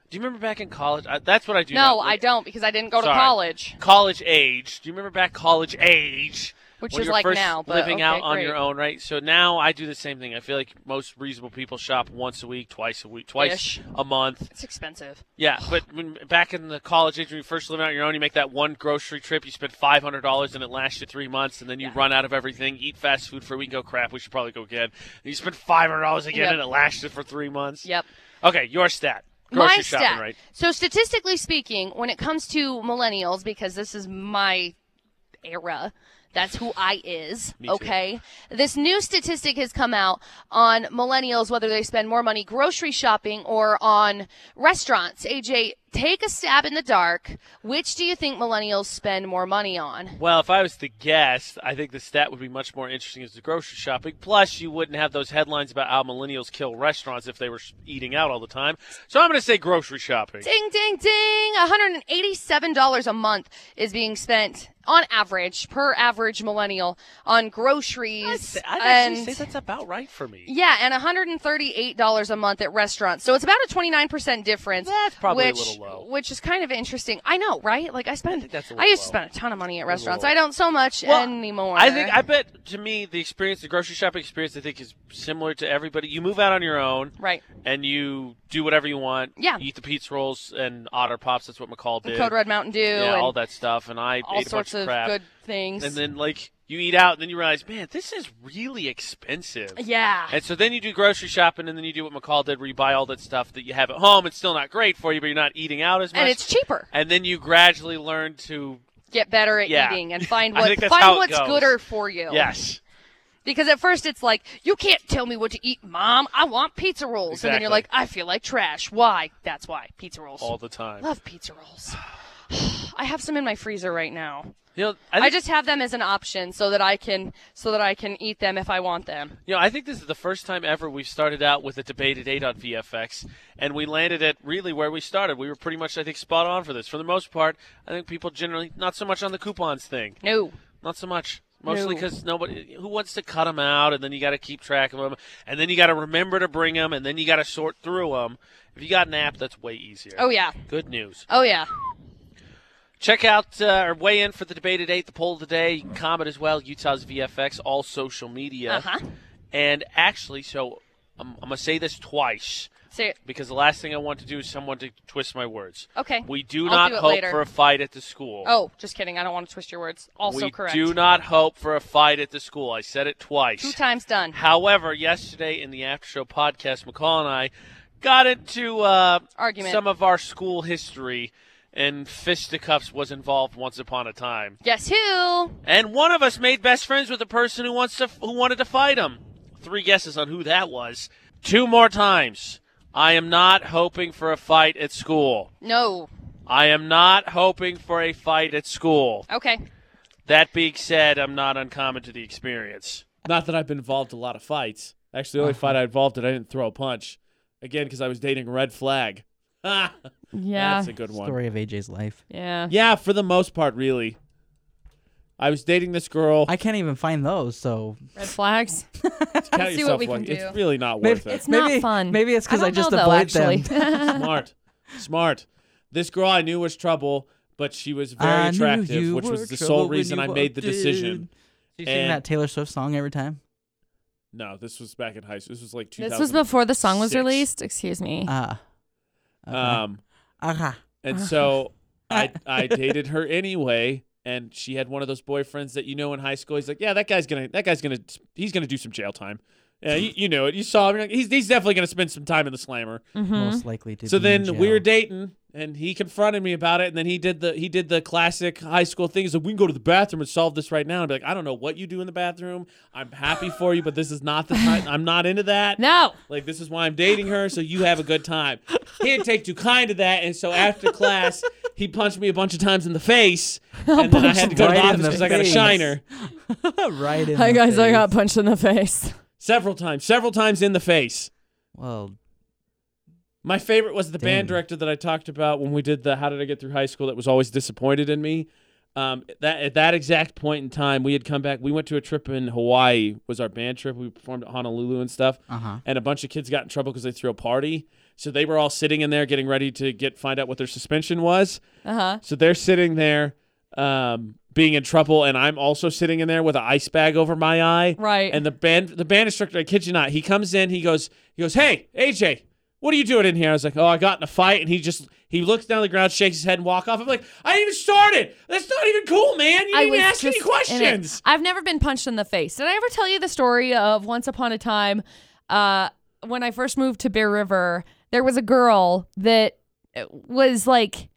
Speaker 1: do you remember back in college? I, that's what I do. now.
Speaker 7: no, I
Speaker 1: Like,
Speaker 7: don't because I didn't go
Speaker 1: Sorry.
Speaker 7: to college.
Speaker 1: College age. Do you remember back college age?
Speaker 7: Which
Speaker 1: when
Speaker 7: is
Speaker 1: you're
Speaker 7: like
Speaker 1: first
Speaker 7: now, but
Speaker 1: living
Speaker 7: okay,
Speaker 1: out on your
Speaker 7: great.
Speaker 1: own, right? So now I do the same thing. I feel like most reasonable people shop once a week, twice a week, twice
Speaker 7: Ish.
Speaker 1: a month.
Speaker 7: It's expensive.
Speaker 1: Yeah, but when, back in the college age, when you first live out on your own, you make that one grocery trip, you spend five hundred dollars, and it lasts you three months, and then you run out of everything, eat fast food for a week, and go crap, we should probably go again. And you spend five hundred dollars again,
Speaker 7: Yep.
Speaker 1: and it lasts you for three months.
Speaker 7: Yep.
Speaker 1: Okay, your stat. Grocery
Speaker 7: my
Speaker 1: shopping,
Speaker 7: stat.
Speaker 1: right?
Speaker 7: So statistically speaking, when it comes to millennials, because this is my era, that's who I is.
Speaker 1: too.
Speaker 7: Okay. This new statistic has come out on millennials, whether they spend more money grocery shopping or on restaurants. AJ, take a stab in the dark. Which do you think millennials spend more money on?
Speaker 1: Well, if I was to guess, I think the stat would be much more interesting as the grocery shopping. Plus, you wouldn't have those headlines about how millennials kill restaurants if they were sh- eating out all the time. So I'm going to say grocery shopping.
Speaker 7: Ding, ding, ding. $187 a month is being spent on average, per average millennial, on groceries.
Speaker 1: I'd
Speaker 7: and
Speaker 1: actually say that's about right for me.
Speaker 7: Yeah, and $138 a month at restaurants. So it's about a 29% difference.
Speaker 1: That's probably a
Speaker 7: which,
Speaker 1: little low.
Speaker 7: Which is kind of interesting. I know, right? Like I spend
Speaker 1: that's a
Speaker 7: I
Speaker 1: little
Speaker 7: used to
Speaker 1: low.
Speaker 7: spend a ton of money at restaurants.
Speaker 1: low.
Speaker 7: I don't so much
Speaker 1: Well,
Speaker 7: anymore.
Speaker 1: I think I bet to me the experience, the grocery shopping experience, I think is similar to everybody. You move out on your own,
Speaker 7: Right.
Speaker 1: And you do whatever you want.
Speaker 7: Yeah.
Speaker 1: You eat the pizza rolls and otter pops. That's what McCall did.
Speaker 7: Code Red Mountain Dew
Speaker 1: yeah,
Speaker 7: and
Speaker 1: all that stuff. And I
Speaker 7: all
Speaker 1: ate a bunch
Speaker 7: sorts of
Speaker 1: crap.
Speaker 7: good things.
Speaker 1: and then like you eat out and then you realize man this is really expensive
Speaker 7: yeah.
Speaker 1: and so then you do grocery shopping and then you do what mccall did where you buy all that stuff that you have at home it's still not great for you but you're not eating out as much
Speaker 7: And it's cheaper.
Speaker 1: And then you gradually learn to
Speaker 7: Get better at
Speaker 1: Yeah.
Speaker 7: eating and find
Speaker 1: I
Speaker 7: what
Speaker 1: think that's
Speaker 7: find
Speaker 1: how it
Speaker 7: what's
Speaker 1: goes.
Speaker 7: gooder for you.
Speaker 1: yes
Speaker 7: Because at first it's like, you can't tell me what to eat, mom. I want pizza rolls. And then you're like,
Speaker 1: Exactly.
Speaker 7: I feel like trash. Why? That's why. Pizza rolls.
Speaker 1: all the time
Speaker 7: Love pizza rolls. I have some in my freezer right now.
Speaker 1: you know
Speaker 7: I
Speaker 1: think-
Speaker 7: just have them as an option so that I can so that I can eat them if I want them.
Speaker 1: You know, I think this is the first time ever we've started out with a debated eight on VFX, and we landed at really where we started. We were pretty much, I think, spot on for this. For the most part, I think people generally not so much on the coupons thing.
Speaker 7: No.
Speaker 1: Not so much. Mostly
Speaker 7: No.
Speaker 1: because nobody who wants to cut them out, and then you got to keep track of them, and then you got to remember to bring them, and then you got to sort through them. If you got an app, that's way easier.
Speaker 7: Oh yeah.
Speaker 1: Good news.
Speaker 7: Oh yeah.
Speaker 1: Check out uh, or weigh in for the debate at eight. The poll of the day. You can comment as well. Utah's VFX, all social media,
Speaker 7: Uh huh.
Speaker 1: and actually, so I'm, I'm gonna say this twice
Speaker 7: So
Speaker 1: because the last thing I want to do is someone to twist my words.
Speaker 7: okay.
Speaker 1: We do
Speaker 7: Oh, I'll
Speaker 1: not
Speaker 7: do it
Speaker 1: hope
Speaker 7: later.
Speaker 1: for a fight at the school.
Speaker 7: Oh, just kidding. I don't want to twist your words. Also
Speaker 1: we
Speaker 7: correct.
Speaker 1: do not hope for a fight at the school. I said it twice.
Speaker 7: Two times done.
Speaker 1: However, yesterday in the after show podcast, McCall and I got into uh,
Speaker 7: Argument.
Speaker 1: some of our school history, and fisticuffs was involved once upon a time.
Speaker 7: Guess who?
Speaker 1: And one of us made best friends with the person who wants to who wanted to fight him. Three guesses on who that was. Two more times. I am not hoping for a fight at school.
Speaker 7: No.
Speaker 1: I am not hoping for a fight at school.
Speaker 7: Okay.
Speaker 1: That being said, I'm not uncommon to the experience.
Speaker 6: Not that I've been involved in a lot of fights. Actually, the only fight I involved in, I didn't throw a punch. Again, because I was dating Red Flag. Ha!
Speaker 2: Yeah.
Speaker 6: That's a good one.
Speaker 3: Story of AJ's life.
Speaker 2: Yeah.
Speaker 6: Yeah, for the most part, really. I was dating this girl.
Speaker 3: I can't even find those, so
Speaker 2: Red flags.
Speaker 6: Count
Speaker 2: see
Speaker 6: yourself
Speaker 2: what we can
Speaker 6: lucky. It's
Speaker 2: do.
Speaker 6: really not
Speaker 3: Maybe-
Speaker 6: worth it.
Speaker 2: It's not
Speaker 3: Maybe-
Speaker 2: fun.
Speaker 3: maybe it's 'cause I
Speaker 2: don't
Speaker 3: just
Speaker 2: know, though,
Speaker 3: avoid them.
Speaker 2: actually.
Speaker 6: Smart. Smart. This girl I knew was trouble, but she was very attractive, which was the sole reason I made the decision.
Speaker 9: Do you sing
Speaker 6: And-
Speaker 9: that Taylor Swift song every time?
Speaker 6: No, this was back in high school. This was like 2000.
Speaker 2: This was before the song was
Speaker 6: six.
Speaker 2: released. Excuse me.
Speaker 9: Ah.
Speaker 6: Um,
Speaker 9: Aha.
Speaker 6: and so I I dated her anyway, and she had one of those boyfriends that you know in high school. He's like, yeah, that guy's gonna that guy's gonna he's gonna do some jail time. Yeah, you, you know it. You saw him. You're like, he's he's definitely gonna spend some time in the slammer.
Speaker 2: hmm
Speaker 9: Most likely to
Speaker 6: so
Speaker 9: be in
Speaker 6: then we
Speaker 9: jail.
Speaker 6: were dating and he confronted me about it and then he did the he did the classic high school thing is like we can go to the bathroom and solve this right now and be like i don't know what you do in the bathroom i'm happy for you but this is not the time i'm not into that
Speaker 2: No.
Speaker 6: like this is why i'm dating her so you have a good time he didn't take too kind to that and so after class he punched me a bunch of times in the face and then i
Speaker 2: bunch
Speaker 6: had to go to the
Speaker 9: right in
Speaker 6: office
Speaker 9: the
Speaker 6: because i got a
Speaker 9: face.
Speaker 6: shiner
Speaker 9: right in.
Speaker 2: Hi
Speaker 9: the
Speaker 2: guys, I
Speaker 9: face.
Speaker 2: got punched in the face.
Speaker 6: several times several times in the face
Speaker 9: Well,
Speaker 6: My favorite was the
Speaker 9: Dang.
Speaker 6: band director that I talked about when we did the "How did I get through high school?" That was always disappointed in me. Um, that at that exact point in time, we had come back. We went to a trip in Hawaii. Was our band trip? We performed at Honolulu and stuff.
Speaker 9: uh huh.
Speaker 6: And a bunch of kids got in trouble because they threw a party. So they were all sitting in there getting ready to get find out what their suspension was.
Speaker 2: Uh huh.
Speaker 6: So they're sitting there, um, being in trouble, and I'm also sitting in there with an ice bag over my eye.
Speaker 2: Right.
Speaker 6: And the band the band instructor, I kid you not, he comes in, he goes, he goes, Hey, AJ, what are you doing in here? I was like, Oh, I got in a fight, and he just he looks down the ground, shakes his head, and walk off. I'm like, I didn't even start it. That's not even cool, man. You
Speaker 2: I
Speaker 6: didn't
Speaker 2: was
Speaker 6: even ask any
Speaker 2: just in it.
Speaker 6: questions.
Speaker 2: I've never been punched in the face. Did I ever tell you the story of once upon a time uh, when I first moved to Bear River? There was a girl that was like,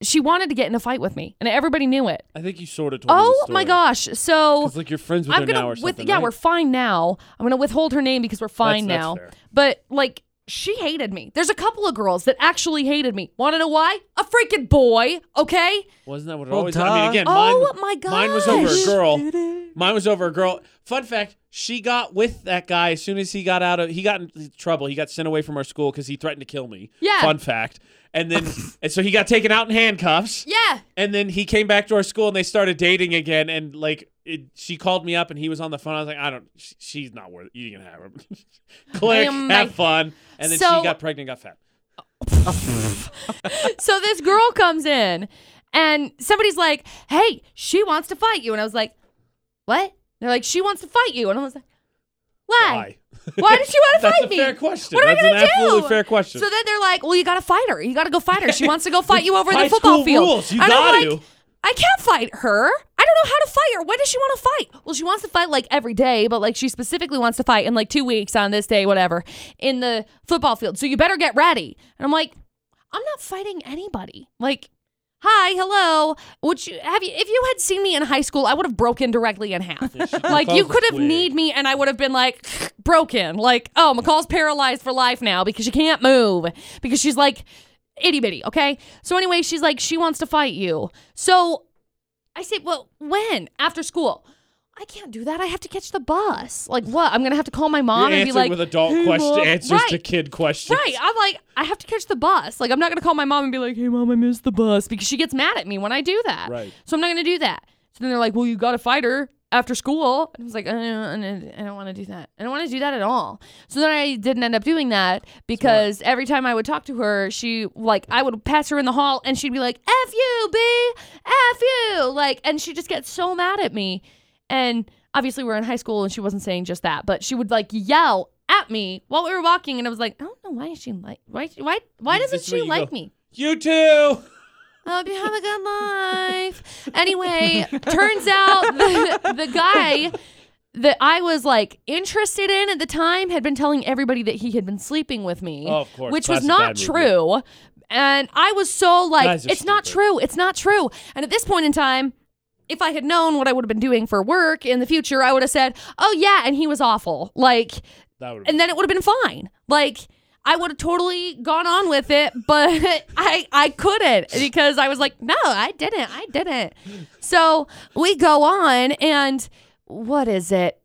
Speaker 2: she wanted to get in a fight with me, and everybody knew it.
Speaker 6: I think you sort of told me
Speaker 2: Oh
Speaker 6: the
Speaker 2: my
Speaker 6: story.
Speaker 2: gosh! So
Speaker 6: It's like you're friends with
Speaker 2: I'm
Speaker 6: her
Speaker 2: gonna
Speaker 6: now or
Speaker 2: with
Speaker 6: something.
Speaker 2: yeah,
Speaker 6: right?
Speaker 2: we're fine now. I'm gonna withhold her name because we're fine
Speaker 6: That's-
Speaker 2: now.
Speaker 6: that's fair.
Speaker 2: But like she hated me. There's a couple of girls that actually hated me. Want to know why? A freaking boy, okay?
Speaker 6: Wasn't that what it
Speaker 9: Well,
Speaker 6: always? I
Speaker 9: duh.
Speaker 6: mean, again,
Speaker 2: Oh
Speaker 6: mine,
Speaker 2: my
Speaker 6: Mine was over a
Speaker 2: gosh.
Speaker 6: girl. Mine was over a girl. Fun fact: She got with that guy as soon as he got out of. He got in trouble. He got sent away from our school because he threatened to kill me.
Speaker 2: Yeah.
Speaker 6: Fun fact. And then, and so he got taken out in handcuffs.
Speaker 2: Yeah.
Speaker 6: And then he came back to our school and they started dating again. And like, it, she called me up and he was on the phone. I was like, I don't. sh she's not worth. it. You can have her. Click.
Speaker 2: Oh my-
Speaker 6: have fun. And then
Speaker 2: So-
Speaker 6: she got pregnant, and got fat.
Speaker 2: so this girl comes in and somebody's like, hey, she wants to fight you. And I was like, what? And they're like, she wants to fight you. And I was like, why?
Speaker 6: Why?
Speaker 2: Why did she want to
Speaker 6: That's
Speaker 2: fight
Speaker 6: a
Speaker 2: me?
Speaker 6: fair question.
Speaker 2: What am
Speaker 6: That's
Speaker 2: I
Speaker 6: an
Speaker 2: gonna
Speaker 6: absolutely
Speaker 2: do?
Speaker 6: fair question.
Speaker 2: So then they're like, well, you got to fight her. You got to go fight her. She wants to go fight you over in
Speaker 6: High
Speaker 2: the football
Speaker 6: school
Speaker 2: field.
Speaker 6: rules. You
Speaker 2: and I'm
Speaker 6: gotta.
Speaker 2: like, I can't fight her. I don't know how to fight her. When does she want to fight? Well, she wants to fight like every day, but like she specifically wants to fight in like two weeks on this day, whatever, in the football field. So you better get ready. And I'm like, I'm not fighting anybody. Like, hi, hello. Would you have you? If you had seen me in high school, I would have broken directly in half. like you
Speaker 6: McCall's a
Speaker 2: could have
Speaker 6: twig.
Speaker 2: kneed me, and I would have been like broken. Like, oh, McCall's paralyzed for life now because she can't move because she's like itty bitty. Okay. So anyway, she's like she wants to fight you. So I say, well, when after school. I can't do that. I have to catch the bus. Like what? I'm gonna have to call my mom
Speaker 6: You're
Speaker 2: and be
Speaker 6: answering
Speaker 2: like,
Speaker 6: with adult
Speaker 2: "Hey,
Speaker 6: question
Speaker 2: Mom."
Speaker 6: answers
Speaker 2: right.
Speaker 6: to kid questions.
Speaker 2: Right. I'm like, I have to catch the bus. Like, I'm not going to call my mom and be like, hey, mom, I missed the bus because she gets mad at me when I do that.
Speaker 6: Right.
Speaker 2: So I'm not going to do that. So then they're like, well, you got to fight her after school. And I was like, I don't, I don't want to do that. I don't want to do that at all. So then I didn't end up doing that because every time I would talk to her, she, like, I would pass her in the hall and she'd be like, F you, B, F you. Like, and she just gets so mad at me. And obviously, we're in high school and she wasn't saying just that, but she would like yell at me while we were walking. And I was like, I don't know why she like, why, why, why
Speaker 6: This
Speaker 2: doesn't
Speaker 6: is where
Speaker 2: she
Speaker 6: you
Speaker 2: like
Speaker 6: go.
Speaker 2: me?
Speaker 6: You too.
Speaker 2: I hope you have a good life. Anyway, turns out the, the guy that I was like interested in at the time had been telling everybody that he had been sleeping with me,
Speaker 6: Oh, of course.
Speaker 2: which
Speaker 6: Classic
Speaker 2: was not
Speaker 6: bad
Speaker 2: true. And I was so like, it's
Speaker 6: Guys are
Speaker 2: not
Speaker 6: stupid.
Speaker 2: true. It's not true. And at this point in time, if I had known what I would have been doing for work in the future, I would have said, "Oh yeah," and he was awful. Like
Speaker 6: That would.
Speaker 2: and then it would have been fine. Like I would have totally gone on with it, but I I couldn't because I was like, no, I didn't, I didn't. So we go on, and what is it?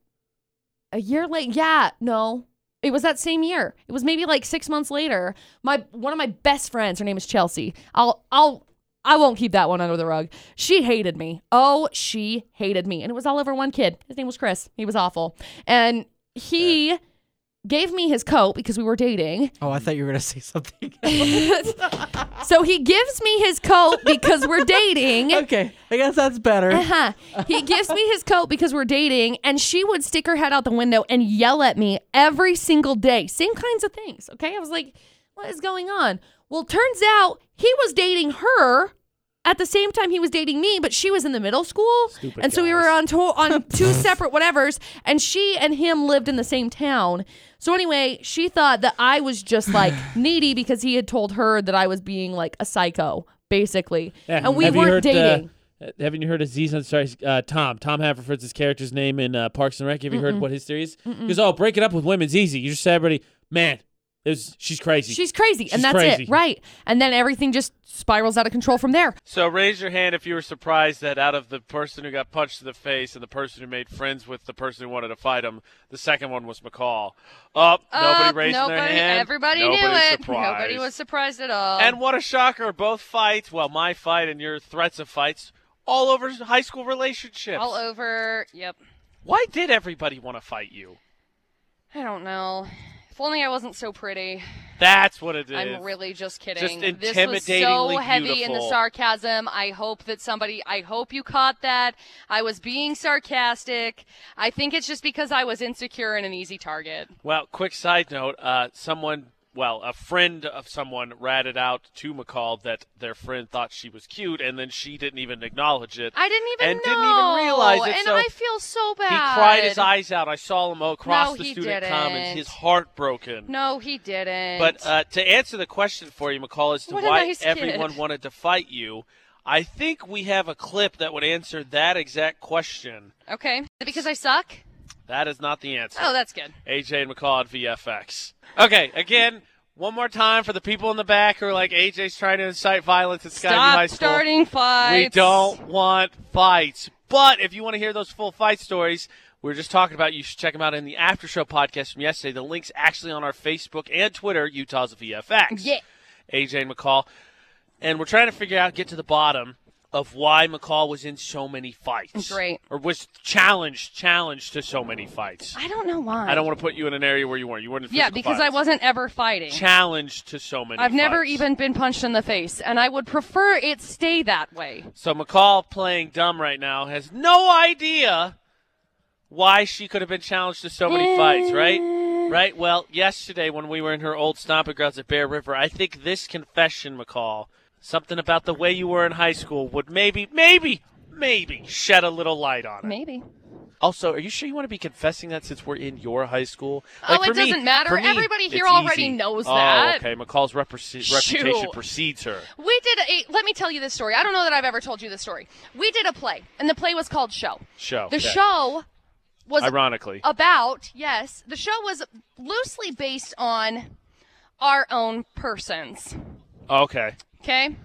Speaker 2: A year late? Yeah, no. It was that same year. It was maybe like six months later. My one of my best friends, her name is Chelsea. I'll I'll I won't keep that one under the rug. She hated me. Oh, she hated me. And it was all over one kid. His name was Chris. He was awful. And he gave me his coat because we were dating.
Speaker 9: Oh, I thought you were gonna say something.
Speaker 2: So he gives me his coat because we're dating.
Speaker 9: okay, I guess that's better.
Speaker 2: Uh-huh. He gives me his coat because we're dating, and she would stick her head out the window and yell at me every single day. Same kinds of things. Okay. I was like, what is going on? Well, turns out he was dating her at the same time he was dating me, but she was in the middle school.
Speaker 6: Stupid
Speaker 2: and so we were
Speaker 6: guys.
Speaker 2: on to- on two separate whatevers, and she and him lived in the same town. So anyway, she thought that I was just like needy because he had told her that I was being like a psycho, basically. And we
Speaker 6: have
Speaker 2: weren't
Speaker 6: you heard,
Speaker 2: dating.
Speaker 6: Uh, haven't you heard of Z's? I'm sorry, uh, Tom. Tom Haverford's his character's name in uh, Parks and Rec. Have you heard what his theory is? He goes, "Oh, breaking up with women's easy. You just say everybody, man, it was, she's crazy.
Speaker 2: She's crazy,
Speaker 6: She's
Speaker 2: and that's
Speaker 6: crazy.
Speaker 2: it, right? And then everything just spirals out of control from there.
Speaker 1: So raise your hand if you were surprised that out of the person who got punched in the face and the person who made friends with the person who wanted to fight him, the second one was McCall. Up, nobody raised
Speaker 7: Uh, nobody,
Speaker 1: their hand.
Speaker 7: Everybody
Speaker 1: nobody
Speaker 7: knew it.
Speaker 1: Surprised.
Speaker 7: Nobody was surprised at all.
Speaker 1: And what a shocker! Both fights, well, my fight and your threats of fights, all over high school relationships.
Speaker 7: all over. Yep.
Speaker 1: Why did everybody want to fight you?
Speaker 7: I don't know. If only I wasn't so pretty.
Speaker 1: That's what it is.
Speaker 7: I'm really just kidding.
Speaker 1: Just
Speaker 7: this was so
Speaker 1: intimidatingly
Speaker 7: heavy in the
Speaker 1: beautiful.
Speaker 7: sarcasm. I hope that somebody, I hope you caught that. I was being sarcastic. I think it's just because I was insecure and an easy target.
Speaker 1: Well, quick side note: uh, someone, well, a friend of someone, ratted out to McCall that their friend thought she was cute, and then she didn't even acknowledge it.
Speaker 7: I didn't even
Speaker 1: And
Speaker 7: know.
Speaker 1: didn't even realize it,
Speaker 7: And
Speaker 1: so
Speaker 7: I feel so bad.
Speaker 1: He cried his eyes out. I saw him across
Speaker 7: No,
Speaker 1: the
Speaker 7: he
Speaker 1: student
Speaker 7: didn't.
Speaker 1: commons, his heart broken.
Speaker 7: No, he didn't.
Speaker 1: But uh, to answer the question for you, McCall, as to
Speaker 7: What a
Speaker 1: why
Speaker 7: nice kid.
Speaker 1: everyone wanted to fight you, I think we have a clip that would answer that exact question.
Speaker 7: okay, because I suck.
Speaker 1: That is not the answer.
Speaker 7: Oh, that's good.
Speaker 1: AJ and McCall at VFX. Okay, again, one more time for the people in the back who are like, AJ's trying to incite violence at Skyview High
Speaker 7: Stop
Speaker 1: School.
Speaker 7: starting
Speaker 1: we
Speaker 7: fights.
Speaker 1: don't want fights. But if you want to hear those full fight stories, we were just talking about, you should check them out in the after show podcast from yesterday. The link's actually on our Facebook and Twitter, Utah's VFX.
Speaker 7: Yeah.
Speaker 1: AJ and McCall. And we're trying to figure out, get to the bottom of why McCall was in so many fights.
Speaker 7: Great.
Speaker 1: Or was challenged, challenged to so many fights.
Speaker 7: I don't know why.
Speaker 1: I don't want to put you in an area where you weren't. You weren't in
Speaker 7: Yeah,
Speaker 1: physical
Speaker 7: because I
Speaker 1: violence.
Speaker 7: wasn't ever fighting.
Speaker 1: challenged to so many.
Speaker 7: I've never
Speaker 1: fights.
Speaker 7: even been punched in the face, and I would prefer it stay that way.
Speaker 1: So McCall playing dumb right now has no idea why she could have been challenged to so many fights,
Speaker 7: Mm.
Speaker 1: right? Right. Well, yesterday when we were in her old stomping grounds at Bear River, I think this confession, McCall, something about the way you were in high school would maybe, maybe, maybe shed a little light on it.
Speaker 7: Maybe.
Speaker 1: Also, are you sure you want to be confessing that since we're in your high school?
Speaker 7: Oh, it
Speaker 1: for me-
Speaker 7: doesn't matter.
Speaker 1: for me,
Speaker 7: Everybody here
Speaker 1: it's
Speaker 7: already
Speaker 1: easy.
Speaker 7: knows
Speaker 1: Oh,
Speaker 7: that.
Speaker 1: Okay, McCall's represe- reputation
Speaker 7: Shoot.
Speaker 1: precedes her.
Speaker 7: We did a. eh, Let me tell you this story. I don't know that I've ever told you this story. We did a play, and the play was called Show.
Speaker 1: Show.
Speaker 7: The
Speaker 1: Yeah.
Speaker 7: show was
Speaker 1: Ironically,
Speaker 7: about yes. The show was loosely based on our own persons.
Speaker 1: okay.
Speaker 7: Okay.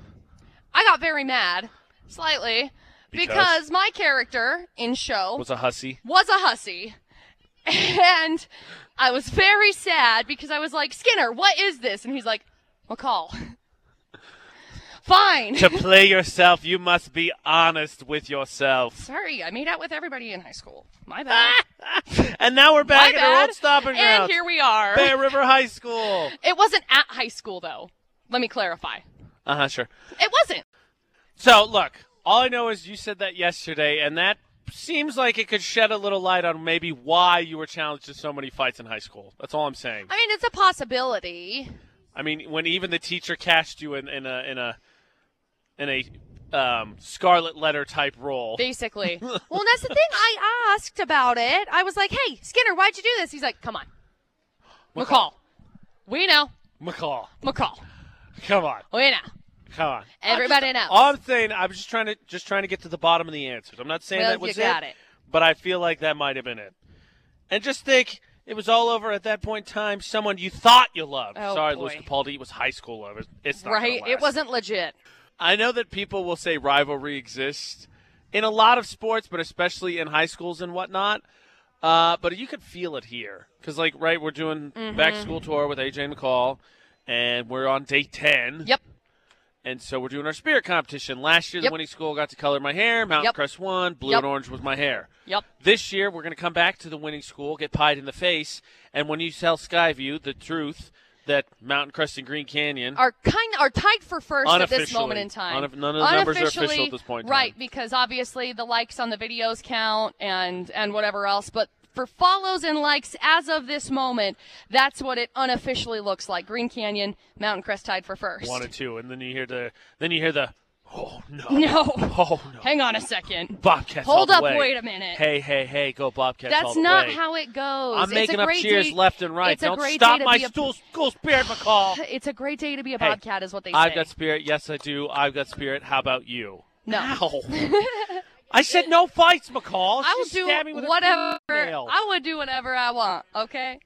Speaker 7: I got very mad, slightly, because,
Speaker 1: Because?
Speaker 7: my character in show
Speaker 1: Was a hussy.
Speaker 7: was a hussy. And I was very sad because I was like, Skinner, what is this? And he's like, McCall. Fine.
Speaker 1: to play yourself, you must be honest with yourself.
Speaker 7: Sorry, I made out with everybody in high school. My bad.
Speaker 1: And now we're
Speaker 7: My
Speaker 1: Ah, back at our
Speaker 7: bad.
Speaker 1: old stomping grounds.
Speaker 7: And here we are.
Speaker 1: Bear River High School.
Speaker 7: It wasn't at high school, though. Let me clarify.
Speaker 1: Uh huh, sure.
Speaker 7: It wasn't.
Speaker 1: So, look, all I know is you said that yesterday, and that seems like it could shed a little light on maybe why you were challenged to so many fights in high school. That's all I'm saying.
Speaker 7: I mean, it's a possibility.
Speaker 1: I mean, when even the teacher cast you in, in a in a in a um, scarlet letter type role.
Speaker 7: Basically. well, and that's the thing. I asked about it. I was like, hey, Skinner, why'd you do this? He's like, come on. McCall. We know.
Speaker 1: McCall,
Speaker 7: McCall.
Speaker 1: come on,
Speaker 7: We know.
Speaker 1: come on.
Speaker 7: Everybody knows.
Speaker 1: All I'm saying, I'm just trying to just trying to get to the bottom of the answers. I'm not saying
Speaker 7: Well,
Speaker 1: that was
Speaker 7: you got it.
Speaker 1: but I feel like that might have been it. And just think, it was all over at that point in time. Someone you thought you loved.
Speaker 7: Oh,
Speaker 1: Sorry,
Speaker 7: boy.
Speaker 1: Luis Capaldi, it was high school love. It's- It's not gonna
Speaker 7: right? It
Speaker 1: last.
Speaker 7: wasn't legit.
Speaker 1: I know that people will say rivalry exists in a lot of sports, but especially in high schools and whatnot. Uh, but you could feel it here because, like, right, we're
Speaker 7: Mm-hmm.
Speaker 1: doing back to school tour with AJ McCall, and we're on day ten.
Speaker 7: Yep.
Speaker 1: And so we're doing our spirit competition. Last year,
Speaker 7: Yep.
Speaker 1: the winning school got to color my hair. Mountain
Speaker 7: Yep.
Speaker 1: Crest won. Blue
Speaker 7: Yep.
Speaker 1: and orange was my hair.
Speaker 7: Yep.
Speaker 1: This year, we're going to come back to the winning school, get pied in the face, and when you tell Skyview the truth that Mountain Crest and Green Canyon
Speaker 7: Are kind are tied for first at this
Speaker 1: Unofficially.
Speaker 7: moment in time.
Speaker 1: Unof- none of the numbers are official at
Speaker 7: Unofficially,
Speaker 1: this point in
Speaker 7: Right,
Speaker 1: time.
Speaker 7: because obviously the likes on the videos count and and whatever else, but for follows and likes as of this moment, that's what it unofficially looks like. Green Canyon, Mountain Crest tied for first.
Speaker 1: one and two, and then you hear the then you hear the oh no
Speaker 7: No.
Speaker 1: oh no
Speaker 7: Hang on a second.
Speaker 1: Bobcats all
Speaker 7: Hold
Speaker 1: the
Speaker 7: up,
Speaker 1: way.
Speaker 7: wait a minute.
Speaker 1: hey hey hey go Bobcats all
Speaker 7: That's
Speaker 1: the
Speaker 7: not
Speaker 1: way.
Speaker 7: how it goes.
Speaker 1: I'm
Speaker 7: It's a
Speaker 1: making up
Speaker 7: great
Speaker 1: cheers
Speaker 7: day-
Speaker 1: left and right
Speaker 7: It's a
Speaker 1: don't
Speaker 7: great
Speaker 1: stop
Speaker 7: day to
Speaker 1: my
Speaker 7: be a-
Speaker 1: stool school spirit McCall
Speaker 7: It's a great day to be a
Speaker 1: Hey,
Speaker 7: bobcat, is what they say.
Speaker 1: I've got spirit yes I do I've got spirit how about you
Speaker 7: No.
Speaker 1: Ow. I said no fights McCall
Speaker 7: I will
Speaker 1: She
Speaker 7: do
Speaker 1: stabbed me with a
Speaker 7: whatever.
Speaker 1: fingernail.
Speaker 7: I will do whatever I want. Okay.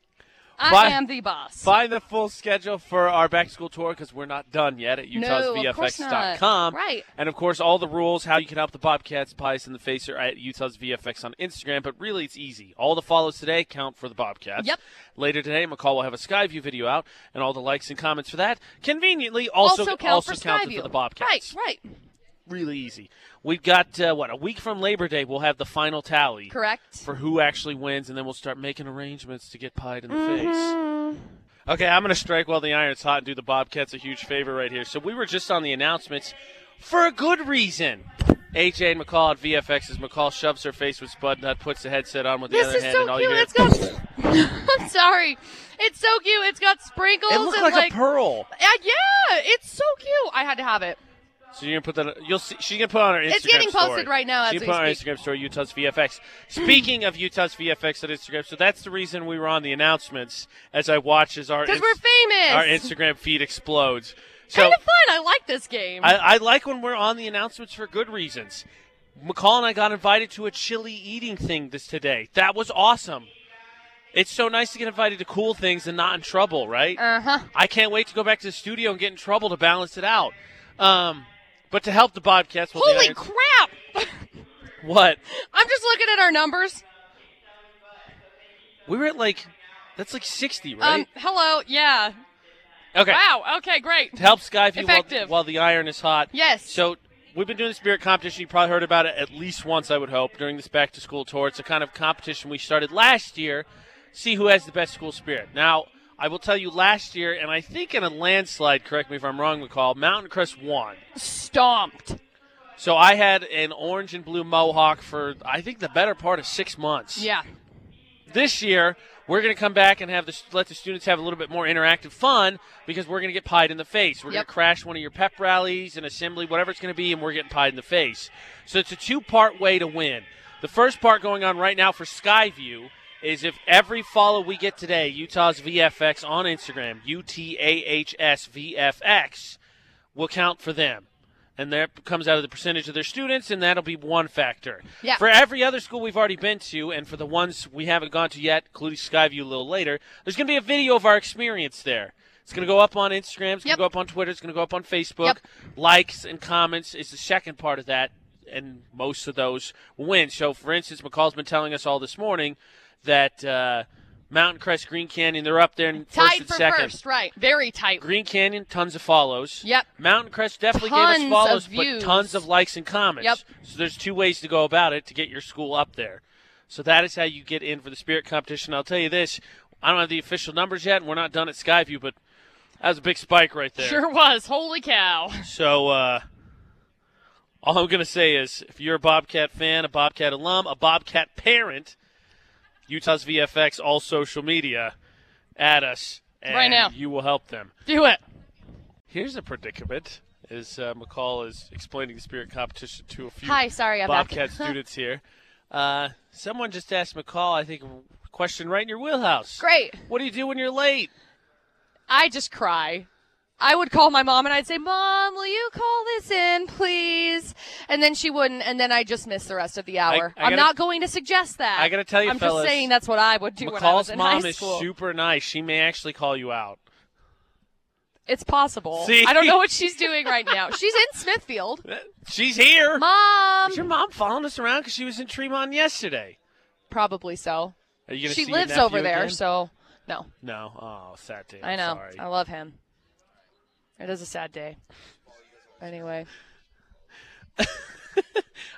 Speaker 7: I
Speaker 1: Bye.
Speaker 7: am the boss.
Speaker 1: Find the full schedule for our back to school tour because we're not done yet at
Speaker 7: No, of course not.
Speaker 1: utahsvfx.com.
Speaker 7: Right.
Speaker 1: And of course, all the rules, how you can help the Bobcats, Pies, and the Face are at Utah's VFX on Instagram. But really, it's easy. All the follows today count for the Bobcats.
Speaker 7: Yep.
Speaker 1: Later today, McCall will have a Skyview video out, and all the likes and comments for that conveniently also
Speaker 7: also count for
Speaker 1: counted
Speaker 7: Skyview.
Speaker 1: for the Bobcats.
Speaker 7: Right, right.
Speaker 1: Really easy. We've got uh, what a week from Labor Day. We'll have the final tally
Speaker 7: Correct.
Speaker 1: for who actually wins, and then we'll start making arrangements to get pied in the
Speaker 7: Mm-hmm.
Speaker 1: face. Okay, I'm going to strike while the iron's hot and do the Bobcats a huge favor right here. So we were just on the announcements for a good reason. AJ and McCall at VFX as McCall shoves her face with Spud Nut, puts the headset on with the
Speaker 7: this
Speaker 1: other
Speaker 7: is
Speaker 1: hand,
Speaker 7: so
Speaker 1: and all
Speaker 7: cute.
Speaker 1: you hear
Speaker 7: It's got. I'm sorry. It's so cute. It's got sprinkles
Speaker 1: it looks
Speaker 7: and
Speaker 1: like,
Speaker 7: like.
Speaker 1: a pearl.
Speaker 7: Uh, yeah, it's so cute. I had to have it.
Speaker 1: So you're gonna put that. You'll see. She's gonna put it on her Instagram.
Speaker 7: It's getting
Speaker 1: story.
Speaker 7: posted right now as
Speaker 1: She
Speaker 7: we
Speaker 1: put on her
Speaker 7: speak.
Speaker 1: Instagram story. Utah's VFX. Speaking of Utah's VFX at Instagram, so that's the reason we were on the announcements. As I watch, as our
Speaker 7: Because
Speaker 1: Inst-
Speaker 7: we're famous.
Speaker 1: our Instagram feed explodes. So
Speaker 7: kind of fun. I like this game.
Speaker 1: I, I like when we're on the announcements for good reasons. McCall and I got invited to a chili eating thing this today. That was awesome. It's so nice to get invited to cool things and not in trouble, right?
Speaker 7: uh huh.
Speaker 1: I can't wait to go back to the studio and get in trouble to balance it out. Um, but to help the Bobcats, with
Speaker 7: Holy
Speaker 1: the
Speaker 7: crap!
Speaker 1: Irons- what?
Speaker 7: I'm just looking at our numbers.
Speaker 1: We were at like, that's like 60, right?
Speaker 7: Um, hello. Yeah.
Speaker 1: okay.
Speaker 7: Wow. Okay. Great.
Speaker 1: To help Skyview while,
Speaker 7: Effective.
Speaker 1: while the iron is hot.
Speaker 7: Yes.
Speaker 1: So we've been doing the spirit competition. You probably heard about it at least once, I would hope, during this back to school tour. It's a kind of competition we started last year. See who has the best school spirit. Now, I will tell you last year, and I think in a landslide, correct me if I'm wrong, McCall, Mountain Crest won.
Speaker 7: stomped.
Speaker 1: So I had an orange and blue mohawk for, I think, the better part of six months.
Speaker 7: Yeah.
Speaker 1: This year, we're going to come back and have the, let the students have a little bit more interactive fun because we're going to get pied in the face. We're going
Speaker 7: Yep.
Speaker 1: to crash one of your pep rallies, an assembly, whatever it's going to be, and we're getting pied in the face. So it's a two part way to win. The first part going on right now for Skyview is if every follow we get today, Utah's VFX on Instagram, U T A H S V F X, will count for them. And that comes out of the percentage of their students, and that'll be one factor.
Speaker 7: Yeah.
Speaker 1: For every other school we've already been to, and for the ones we haven't gone to yet, including Skyview a little later, there's going to be a video of our experience there. It's going to go up on Instagram, it's going to
Speaker 7: Yep.
Speaker 1: go up on Twitter, it's going to go up on Facebook.
Speaker 7: Yep.
Speaker 1: Likes and comments is the second part of that, and most of those win. So, for instance, McCall's been telling us all this morning that uh, Mountain Crest, Green Canyon, they're up there in first
Speaker 7: Tied
Speaker 1: and
Speaker 7: for
Speaker 1: second.
Speaker 7: first, right. Very tight.
Speaker 1: Green Canyon, tons of follows.
Speaker 7: Yep.
Speaker 1: Mountain Crest definitely gave
Speaker 7: Tons
Speaker 1: us follows,
Speaker 7: of
Speaker 1: but
Speaker 7: views.
Speaker 1: tons of likes and comments.
Speaker 7: Yep.
Speaker 1: So there's two ways to go about it to get your school up there. So that is how you get in for the spirit competition. I'll tell you this, I don't have the official numbers yet, and we're not done at Skyview, but that was a big spike right there.
Speaker 7: Sure was. Holy cow.
Speaker 1: So uh, all I'm gonna say is, if you're a Bobcat fan, a Bobcat alum, a Bobcat parent, Utah's VFX, all social media, at us, and
Speaker 7: Right now.
Speaker 1: you will help them.
Speaker 7: Do it.
Speaker 1: Here's a predicament. As uh, McCall is explaining the spirit competition to a few
Speaker 7: Hi, sorry, I'm back.
Speaker 1: Bobcat students here, uh, someone just asked McCall, I think, a question right in your wheelhouse.
Speaker 7: Great.
Speaker 1: What do you do when you're late?
Speaker 7: I just cry. I would call my mom and I'd say, Mom, will you call this in, please? And then she wouldn't, and then I just miss the rest of the hour.
Speaker 1: I
Speaker 7: I, am
Speaker 1: gotta-
Speaker 7: not going to suggest that.
Speaker 1: I gotta tell you,
Speaker 7: I'm
Speaker 1: fellas,
Speaker 7: just saying that's what I would do when I was
Speaker 1: McCall's
Speaker 7: in
Speaker 1: mom
Speaker 7: high
Speaker 1: is
Speaker 7: school.
Speaker 1: super nice. She may actually call you out.
Speaker 7: It's possible.
Speaker 1: See?
Speaker 7: I don't know what she's doing right now. She's in Smithfield. Um,
Speaker 1: She's here.
Speaker 7: Mom,
Speaker 1: Is your mom following us around because she was in Tremont yesterday?
Speaker 7: probably so.
Speaker 1: Are you gonna
Speaker 7: She
Speaker 1: see your
Speaker 7: lives
Speaker 1: nephew
Speaker 7: over there,
Speaker 1: again?
Speaker 7: so no.
Speaker 1: no. Oh, sad day.
Speaker 7: I know.
Speaker 1: Sorry.
Speaker 7: I love him. It is a sad day. Anyway,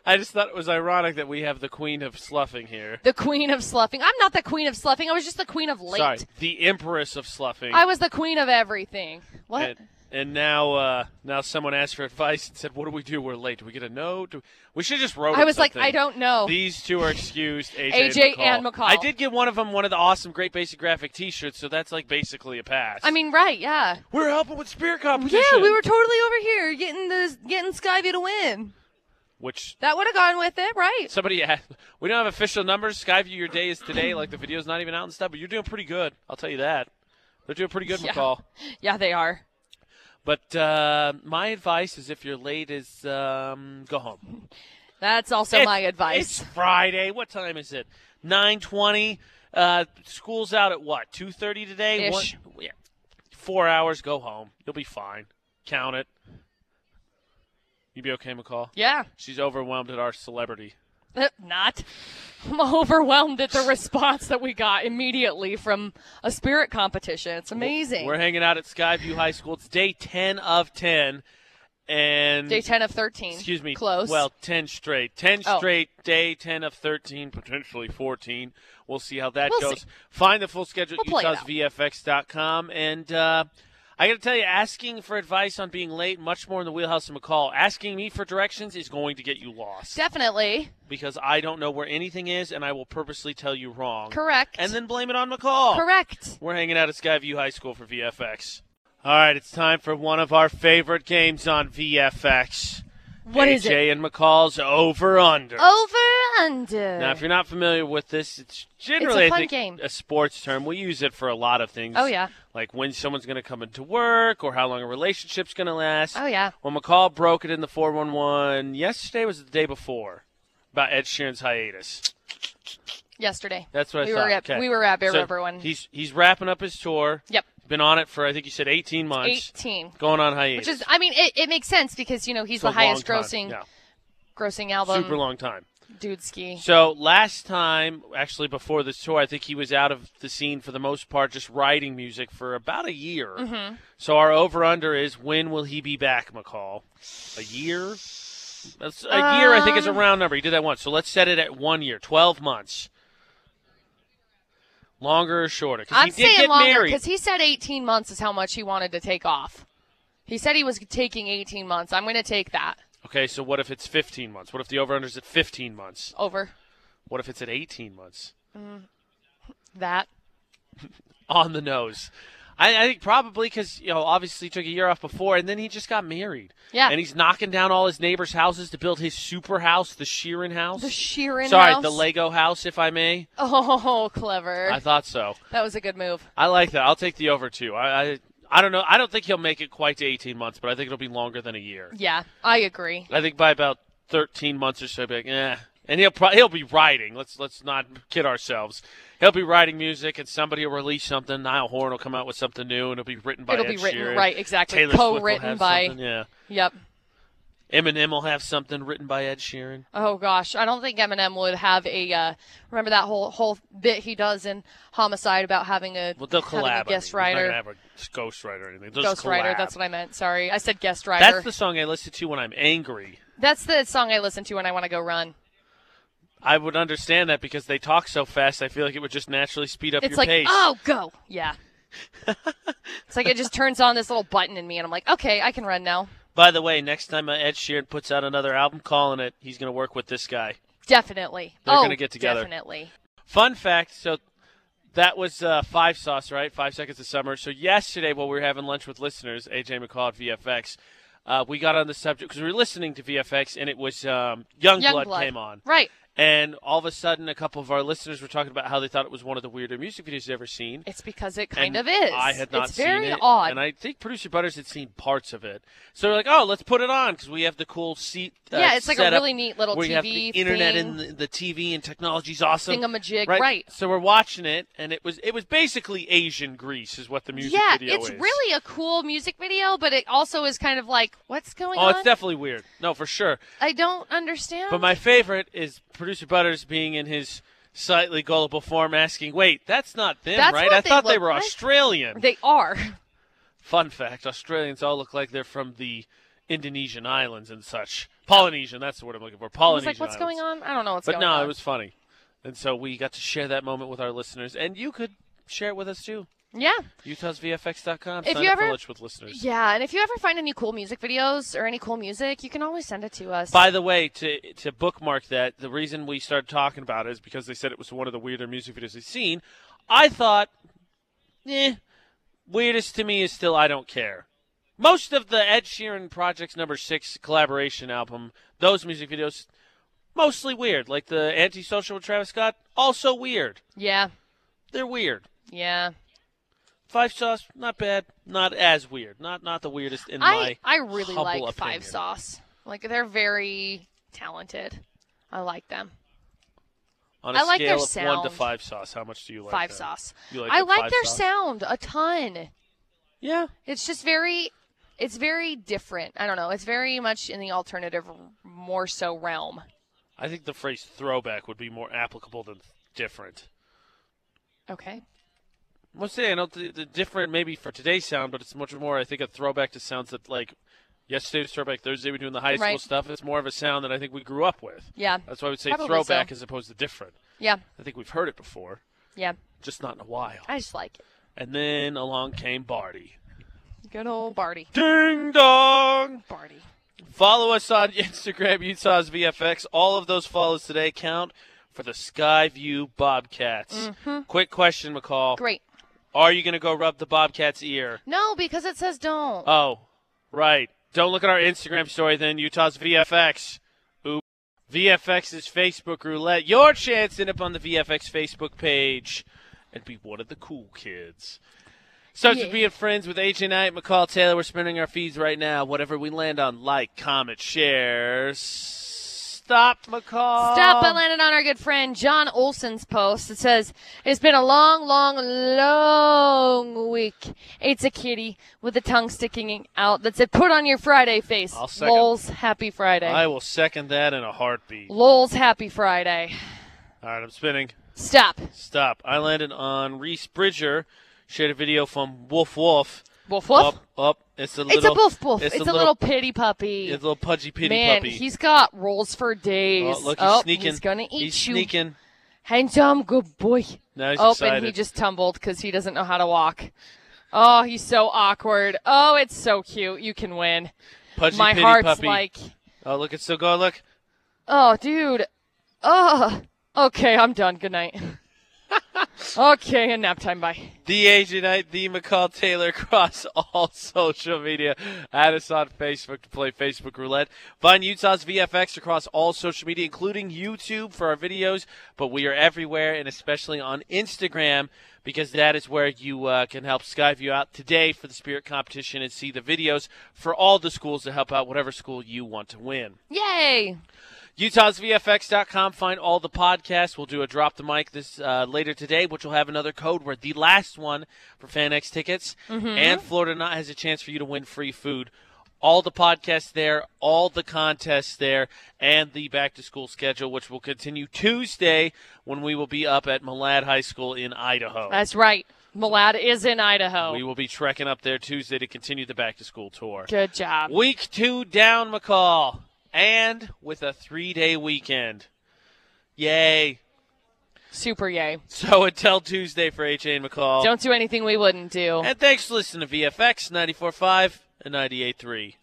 Speaker 1: I just thought it was ironic that we have the queen of sluffing here.
Speaker 7: the queen of sloughing. I'm not the queen of sloughing. I was just the queen of late.
Speaker 1: Sorry, the empress of sluffing.
Speaker 7: I was the queen of everything. What?
Speaker 1: And, and now, uh, now someone asked for advice and said, "What do we do? We're late. Do we get a no? Do we should just wrote."
Speaker 7: I
Speaker 1: it
Speaker 7: was like,
Speaker 1: something.
Speaker 7: I don't know.
Speaker 1: These two are excused. AJ,
Speaker 7: AJ
Speaker 1: McCall.
Speaker 7: and McCall.
Speaker 1: I did get one of them one of the awesome Great Basic Graphic T-shirts, so that's like basically a pass.
Speaker 7: I mean, right? Yeah.
Speaker 1: we're helping with spirit competition.
Speaker 7: Yeah, we were totally over here getting the getting Skyview to win.
Speaker 1: Which
Speaker 7: That would have gone with it, right?
Speaker 1: somebody asked. We don't have official numbers. Skyview, your day is today. Like the video's not even out and stuff, but you're doing pretty good. I'll tell you that. They're doing pretty good,
Speaker 7: Yeah.
Speaker 1: McCall.
Speaker 7: Yeah, they are.
Speaker 1: But uh, my advice is if you're late, is um, go home.
Speaker 7: That's also
Speaker 1: It's-
Speaker 7: my
Speaker 1: It's
Speaker 7: advice.
Speaker 1: Friday. What time is it? Nine twenty. Uh, school's out at what? Two thirty today.
Speaker 7: Ish.
Speaker 1: One- yeah. Four hours. Go home. You'll be fine. Count it. You be okay, McCall?
Speaker 7: Yeah,
Speaker 1: She's overwhelmed at our celebrity.
Speaker 7: Eh, not. I'm overwhelmed at the response that we got immediately from a spirit competition. It's amazing.
Speaker 1: We're hanging out at Skyview High School. It's day ten of ten, and
Speaker 7: Day 10 of 13.
Speaker 1: Excuse me.
Speaker 7: Close.
Speaker 1: Well, 10 straight. 10
Speaker 7: Oh.
Speaker 1: straight, day 10 of 13, potentially 14. We'll see how that
Speaker 7: We'll
Speaker 1: goes.
Speaker 7: see.
Speaker 1: Find the full schedule
Speaker 7: We'll play it
Speaker 1: at utahsvfx.com. And uh, I got to tell you, asking for advice on being late, much more in the wheelhouse of McCall. Asking me for directions is going to get you lost
Speaker 7: definitely.
Speaker 1: because I don't know where anything is, and I will purposely tell you wrong.
Speaker 7: Correct.
Speaker 1: And then blame it on McCall.
Speaker 7: Correct.
Speaker 1: We're hanging out at Skyview High School for VFX. All right, it's time for one of our favorite games on VFX.
Speaker 7: What
Speaker 1: AJ
Speaker 7: is it? Oh.
Speaker 1: and McCall's over under.
Speaker 7: Over under.
Speaker 1: Now, if you're not familiar with this, it's generally
Speaker 7: fun
Speaker 1: I think,
Speaker 7: game.
Speaker 1: a sports term. We use it for a lot of things.
Speaker 7: Oh, yeah.
Speaker 1: Like when someone's going to come into work or how long a relationship's going to last.
Speaker 7: Oh, yeah.
Speaker 1: Well, McCall broke it in the 411 yesterday, was it the day before? About Ed Sheeran's hiatus.
Speaker 7: Yesterday.
Speaker 1: That's what
Speaker 7: we
Speaker 1: I
Speaker 7: were
Speaker 1: thought.
Speaker 7: at,
Speaker 1: okay.
Speaker 7: We were at Bear
Speaker 1: So
Speaker 7: River when.
Speaker 1: He's he's wrapping up his tour.
Speaker 7: Yep.
Speaker 1: Been on it for I think you said 18 months.
Speaker 7: 18.
Speaker 1: Going on hiatus.
Speaker 7: Which is, I mean, it, it makes sense because, you know, he's
Speaker 1: It's a
Speaker 7: the highest
Speaker 1: long time.
Speaker 7: grossing
Speaker 1: Yeah.
Speaker 7: grossing album.
Speaker 1: Super long time.
Speaker 7: Dude ski.
Speaker 1: So last time, actually before this tour, I think he was out of the scene for the most part, just writing music for about a year.
Speaker 7: Mm-hmm.
Speaker 1: So our over under is when will he be back, McCall? A year. That's, a year, I think, is a
Speaker 7: Um,
Speaker 1: round number. He did that once, so let's set it at one year, twelve months. Longer or shorter? 'Cause
Speaker 7: I'm
Speaker 1: he did
Speaker 7: saying
Speaker 1: get
Speaker 7: longer
Speaker 1: married.
Speaker 7: because he said 18 months is how much he wanted to take off. He said he was taking 18 months. I'm going to take that
Speaker 1: Okay, so what if it's 15 months? What if the over-under's at 15 months?
Speaker 7: over
Speaker 1: What if it's at 18 months?
Speaker 7: that.
Speaker 1: On the nose. I, I think probably because, you know, obviously he took a year off before, and then he just got married.
Speaker 7: Yeah.
Speaker 1: And he's knocking down all his neighbors' houses to build his super house, the Sheeran house.
Speaker 7: The Sheeran
Speaker 1: Sorry,
Speaker 7: house.
Speaker 1: the Lego house, if I may.
Speaker 7: Oh, clever.
Speaker 1: I thought so.
Speaker 7: that was a good move.
Speaker 1: I like that. I'll take the over, too. I, I, I don't know. I don't think he'll make it quite to 18 months, but I think it'll be longer than a year.
Speaker 7: Yeah, I agree.
Speaker 1: I think by about 13 months or so, he'll be like, eh. And he'll pro- he'll be writing. Let's let's not kid ourselves. He'll be writing music, and somebody will release something. Niall Horan will come out with something new, and it'll be written by
Speaker 7: It'll
Speaker 1: Ed
Speaker 7: be written
Speaker 1: Sheeran.
Speaker 7: right exactly,
Speaker 1: Taylor Swift will
Speaker 7: co-written
Speaker 1: have
Speaker 7: by.
Speaker 1: something, yeah.
Speaker 7: Yep.
Speaker 1: Eminem will have something written by Ed Sheeran.
Speaker 7: Oh gosh, I don't think Eminem would have a. Uh, remember that whole whole bit he does in Homicide about having a
Speaker 1: Well, they'll
Speaker 7: having
Speaker 1: collab.
Speaker 7: a
Speaker 1: I
Speaker 7: guest
Speaker 1: mean. He's
Speaker 7: writer,
Speaker 1: not gonna have a ghost writer or anything. They'll just
Speaker 7: ghost writer.
Speaker 1: collab.
Speaker 7: That's what I meant. Sorry, I said guest writer.
Speaker 1: That's the song I listen to when I'm angry.
Speaker 7: That's the song I listen to when I want to go run.
Speaker 1: I would understand that because they talk so fast. I feel like it would just naturally speed up
Speaker 7: It's
Speaker 1: your
Speaker 7: like,
Speaker 1: pace.
Speaker 7: oh, go. Yeah. it's like it just turns on this little button in me, and I'm like, okay, I can run now.
Speaker 1: By the way, next time uh, Ed Sheeran puts out another album, calling it, he's going to work with this guy.
Speaker 7: Definitely.
Speaker 1: They're
Speaker 7: oh,
Speaker 1: gonna get together.
Speaker 7: Definitely.
Speaker 1: Fun fact. So that was uh, Five Sauce, right? Five Seconds of Summer. So yesterday, while we were having lunch with listeners, AJ McCall at VFX, uh, we got on the subject because we were listening to VFX, and it was um, Youngblood,
Speaker 7: Youngblood
Speaker 1: came on.
Speaker 7: Right.
Speaker 1: And all of a sudden, a couple of our listeners were talking about how they thought it was one of the weirder music videos they've ever seen.
Speaker 7: It's because it kind
Speaker 1: And
Speaker 7: of is.
Speaker 1: I had not
Speaker 7: it's
Speaker 1: seen
Speaker 7: very
Speaker 1: it,
Speaker 7: odd.
Speaker 1: and I think producer Butters had seen parts of it. So we're like, "Oh, let's put it on because we have the cool seat." Uh,
Speaker 7: Yeah, it's like a
Speaker 1: setup
Speaker 7: really neat little
Speaker 1: where you have the
Speaker 7: TV
Speaker 1: internet
Speaker 7: thing.
Speaker 1: and the, the TV and technology's awesome.
Speaker 7: Thingamajig,
Speaker 1: right?
Speaker 7: right.
Speaker 1: So we're watching it, and it was it was basically Asian Greece is what the music
Speaker 7: yeah,
Speaker 1: video
Speaker 7: it's
Speaker 1: is.
Speaker 7: really a cool music video, but it also is kind of like, what's going
Speaker 1: Oh,
Speaker 7: on?
Speaker 1: it's definitely weird. No, for sure.
Speaker 7: I don't understand.
Speaker 1: But my favorite is producer Butters being in his slightly gullible form, asking, "Wait, that's not them,
Speaker 7: That's
Speaker 1: right?
Speaker 7: what
Speaker 1: I
Speaker 7: they
Speaker 1: thought they
Speaker 7: look
Speaker 1: were
Speaker 7: like."
Speaker 1: Australian."
Speaker 7: they are.
Speaker 1: Fun fact Australians all look like they're from the Indonesian islands and such. Polynesian, that's the word I'm looking for.
Speaker 7: I
Speaker 1: Polynesian.
Speaker 7: was like, what's
Speaker 1: islands.
Speaker 7: going on? I don't know what's
Speaker 1: But
Speaker 7: going
Speaker 1: no,
Speaker 7: on.
Speaker 1: it was funny. And so we got to share that moment with our listeners, and you could share it with us too.
Speaker 7: yeah.
Speaker 1: UtahsVFX.com.
Speaker 7: If
Speaker 1: Sign
Speaker 7: you
Speaker 1: up for
Speaker 7: ever-
Speaker 1: lunch with listeners.
Speaker 7: Yeah, and if you ever find any cool music videos or any cool music, you can always send it to us.
Speaker 1: By the way, to to bookmark that, the reason we started talking about it is because they said it was one of the weirder music videos they've seen. I thought, eh, weirdest to me is still I Don't Care. Most of the Ed Sheeran Project's number six collaboration album, those music videos, mostly weird. Like the Antisocial with Travis Scott, also weird.
Speaker 7: Yeah,
Speaker 1: They're weird.
Speaker 7: yeah.
Speaker 1: Five Sauce, not bad, not as weird, not not the weirdest in my.
Speaker 7: I I really
Speaker 1: humble
Speaker 7: like Five
Speaker 1: opinion.
Speaker 7: Sauce. Like they're very talented. I like them.
Speaker 1: On a
Speaker 7: I like
Speaker 1: scale
Speaker 7: their
Speaker 1: of one to
Speaker 7: sound.
Speaker 1: five sauce, how much do you like?
Speaker 7: five
Speaker 1: them?
Speaker 7: Sauce.
Speaker 1: You like
Speaker 7: I
Speaker 1: the
Speaker 7: like
Speaker 1: Five
Speaker 7: their
Speaker 1: Sauce?
Speaker 7: sound a ton.
Speaker 1: Yeah,
Speaker 7: It's just very it's very different. I don't know. It's very much in the alternative more so realm.
Speaker 1: I think the phrase throwback would be more applicable than different.
Speaker 7: Okay.
Speaker 1: I'm saying I know the, the different maybe for today's sound, but it's much more I think a throwback to sounds that like yesterday was throwback Thursday we're doing the high school
Speaker 7: Right.
Speaker 1: stuff. It's more of a sound that I think we grew up with.
Speaker 7: Yeah.
Speaker 1: That's why I would say
Speaker 7: Probably
Speaker 1: throwback
Speaker 7: so.
Speaker 1: as opposed to different.
Speaker 7: Yeah.
Speaker 1: I think we've heard it before,
Speaker 7: Yeah.
Speaker 1: just not in a while.
Speaker 7: I just like it.
Speaker 1: And then along came Barty.
Speaker 7: Good old Barty.
Speaker 1: Ding dong!
Speaker 7: Barty.
Speaker 1: Follow us on Instagram, Utah's VFX. All of those follows today count for the Skyview Bobcats. Quick question, McCall.
Speaker 7: Great.
Speaker 1: Are you going to go rub the Bobcat's ear?
Speaker 7: No, because it says don't.
Speaker 1: Oh, right. Don't look at our Instagram story then, Utah's VFX. Oop. VFX's Facebook roulette. Your chance to end up on the VFX Facebook page and be one of the cool kids. Starts with
Speaker 7: Yeah.
Speaker 1: being friends with AJ Knight, McCall Taylor. We're spinning our feeds right now. Whatever we land on, like, comment, share. S- Stop, McCall.
Speaker 7: Stop I landed on our good friend John Olson's post. It says, It's been a long, long, long week. It's a kitty with a tongue sticking out that said, Put on your Friday face.
Speaker 1: I'll second.
Speaker 7: Lol's happy Friday.
Speaker 1: I will second that in a heartbeat. All
Speaker 7: Lol's happy Friday.
Speaker 1: right, I'm spinning.
Speaker 7: Stop.
Speaker 1: Stop. I landed on Reese Bridger. Shared a video from Wolf Wolf.
Speaker 7: Woof woof.
Speaker 1: Up, up. It's a little.
Speaker 7: it's a boof boof. It's, a little, pity puppy.
Speaker 1: It's a little pudgy pitty
Speaker 7: Man,
Speaker 1: puppy.
Speaker 7: he's got rolls for
Speaker 1: oh,
Speaker 7: days.
Speaker 1: look, he's
Speaker 7: Oh,
Speaker 1: sneaking.
Speaker 7: He's gonna eat
Speaker 1: He's
Speaker 7: you.
Speaker 1: sneaking.
Speaker 7: Handsome, good boy.
Speaker 1: Now he's
Speaker 7: oh,
Speaker 1: excited.
Speaker 7: and he just tumbled because he doesn't know how to walk. Oh, he's so awkward. Oh, it's so cute. You can win.
Speaker 1: pudgy
Speaker 7: My
Speaker 1: pitty
Speaker 7: heart's
Speaker 1: puppy.
Speaker 7: like,
Speaker 1: Oh, look, it's still going. Look.
Speaker 7: oh, dude. Oh, okay, I'm done. Good night. okay, and nap time. Bye.
Speaker 1: The Asian Knight, the McCall Taylor across all social media. Add us on Facebook to play Facebook Roulette. Find Utah's VFX across all social media, including YouTube for our videos. But we are everywhere, and especially on Instagram, because that is where you uh, can help Skyview out today for the Spirit competition and see the videos for all the schools to help out whatever school you want to win.
Speaker 7: Yay!
Speaker 1: UtahsVFX.com. Find all the podcasts. We'll do a drop the mic this uh, later today, which will have another code word, the last one for FanX tickets. And Florida Not has a chance for you to win free food. All the podcasts there, all the contests there, and the back to school schedule, which will continue Tuesday when we will be up at Malad High School in Idaho.
Speaker 7: That's right. Malad is in Idaho.
Speaker 1: we will be trekking up there Tuesday to continue the back to school tour.
Speaker 7: Good job.
Speaker 1: Week two down, McCall, and with a three day weekend. Yay.
Speaker 7: Super yay.
Speaker 1: So until Tuesday for AJ and McCall.
Speaker 7: Don't do anything we wouldn't do.
Speaker 1: and thanks for listening to VFX 94.5 and 98.3.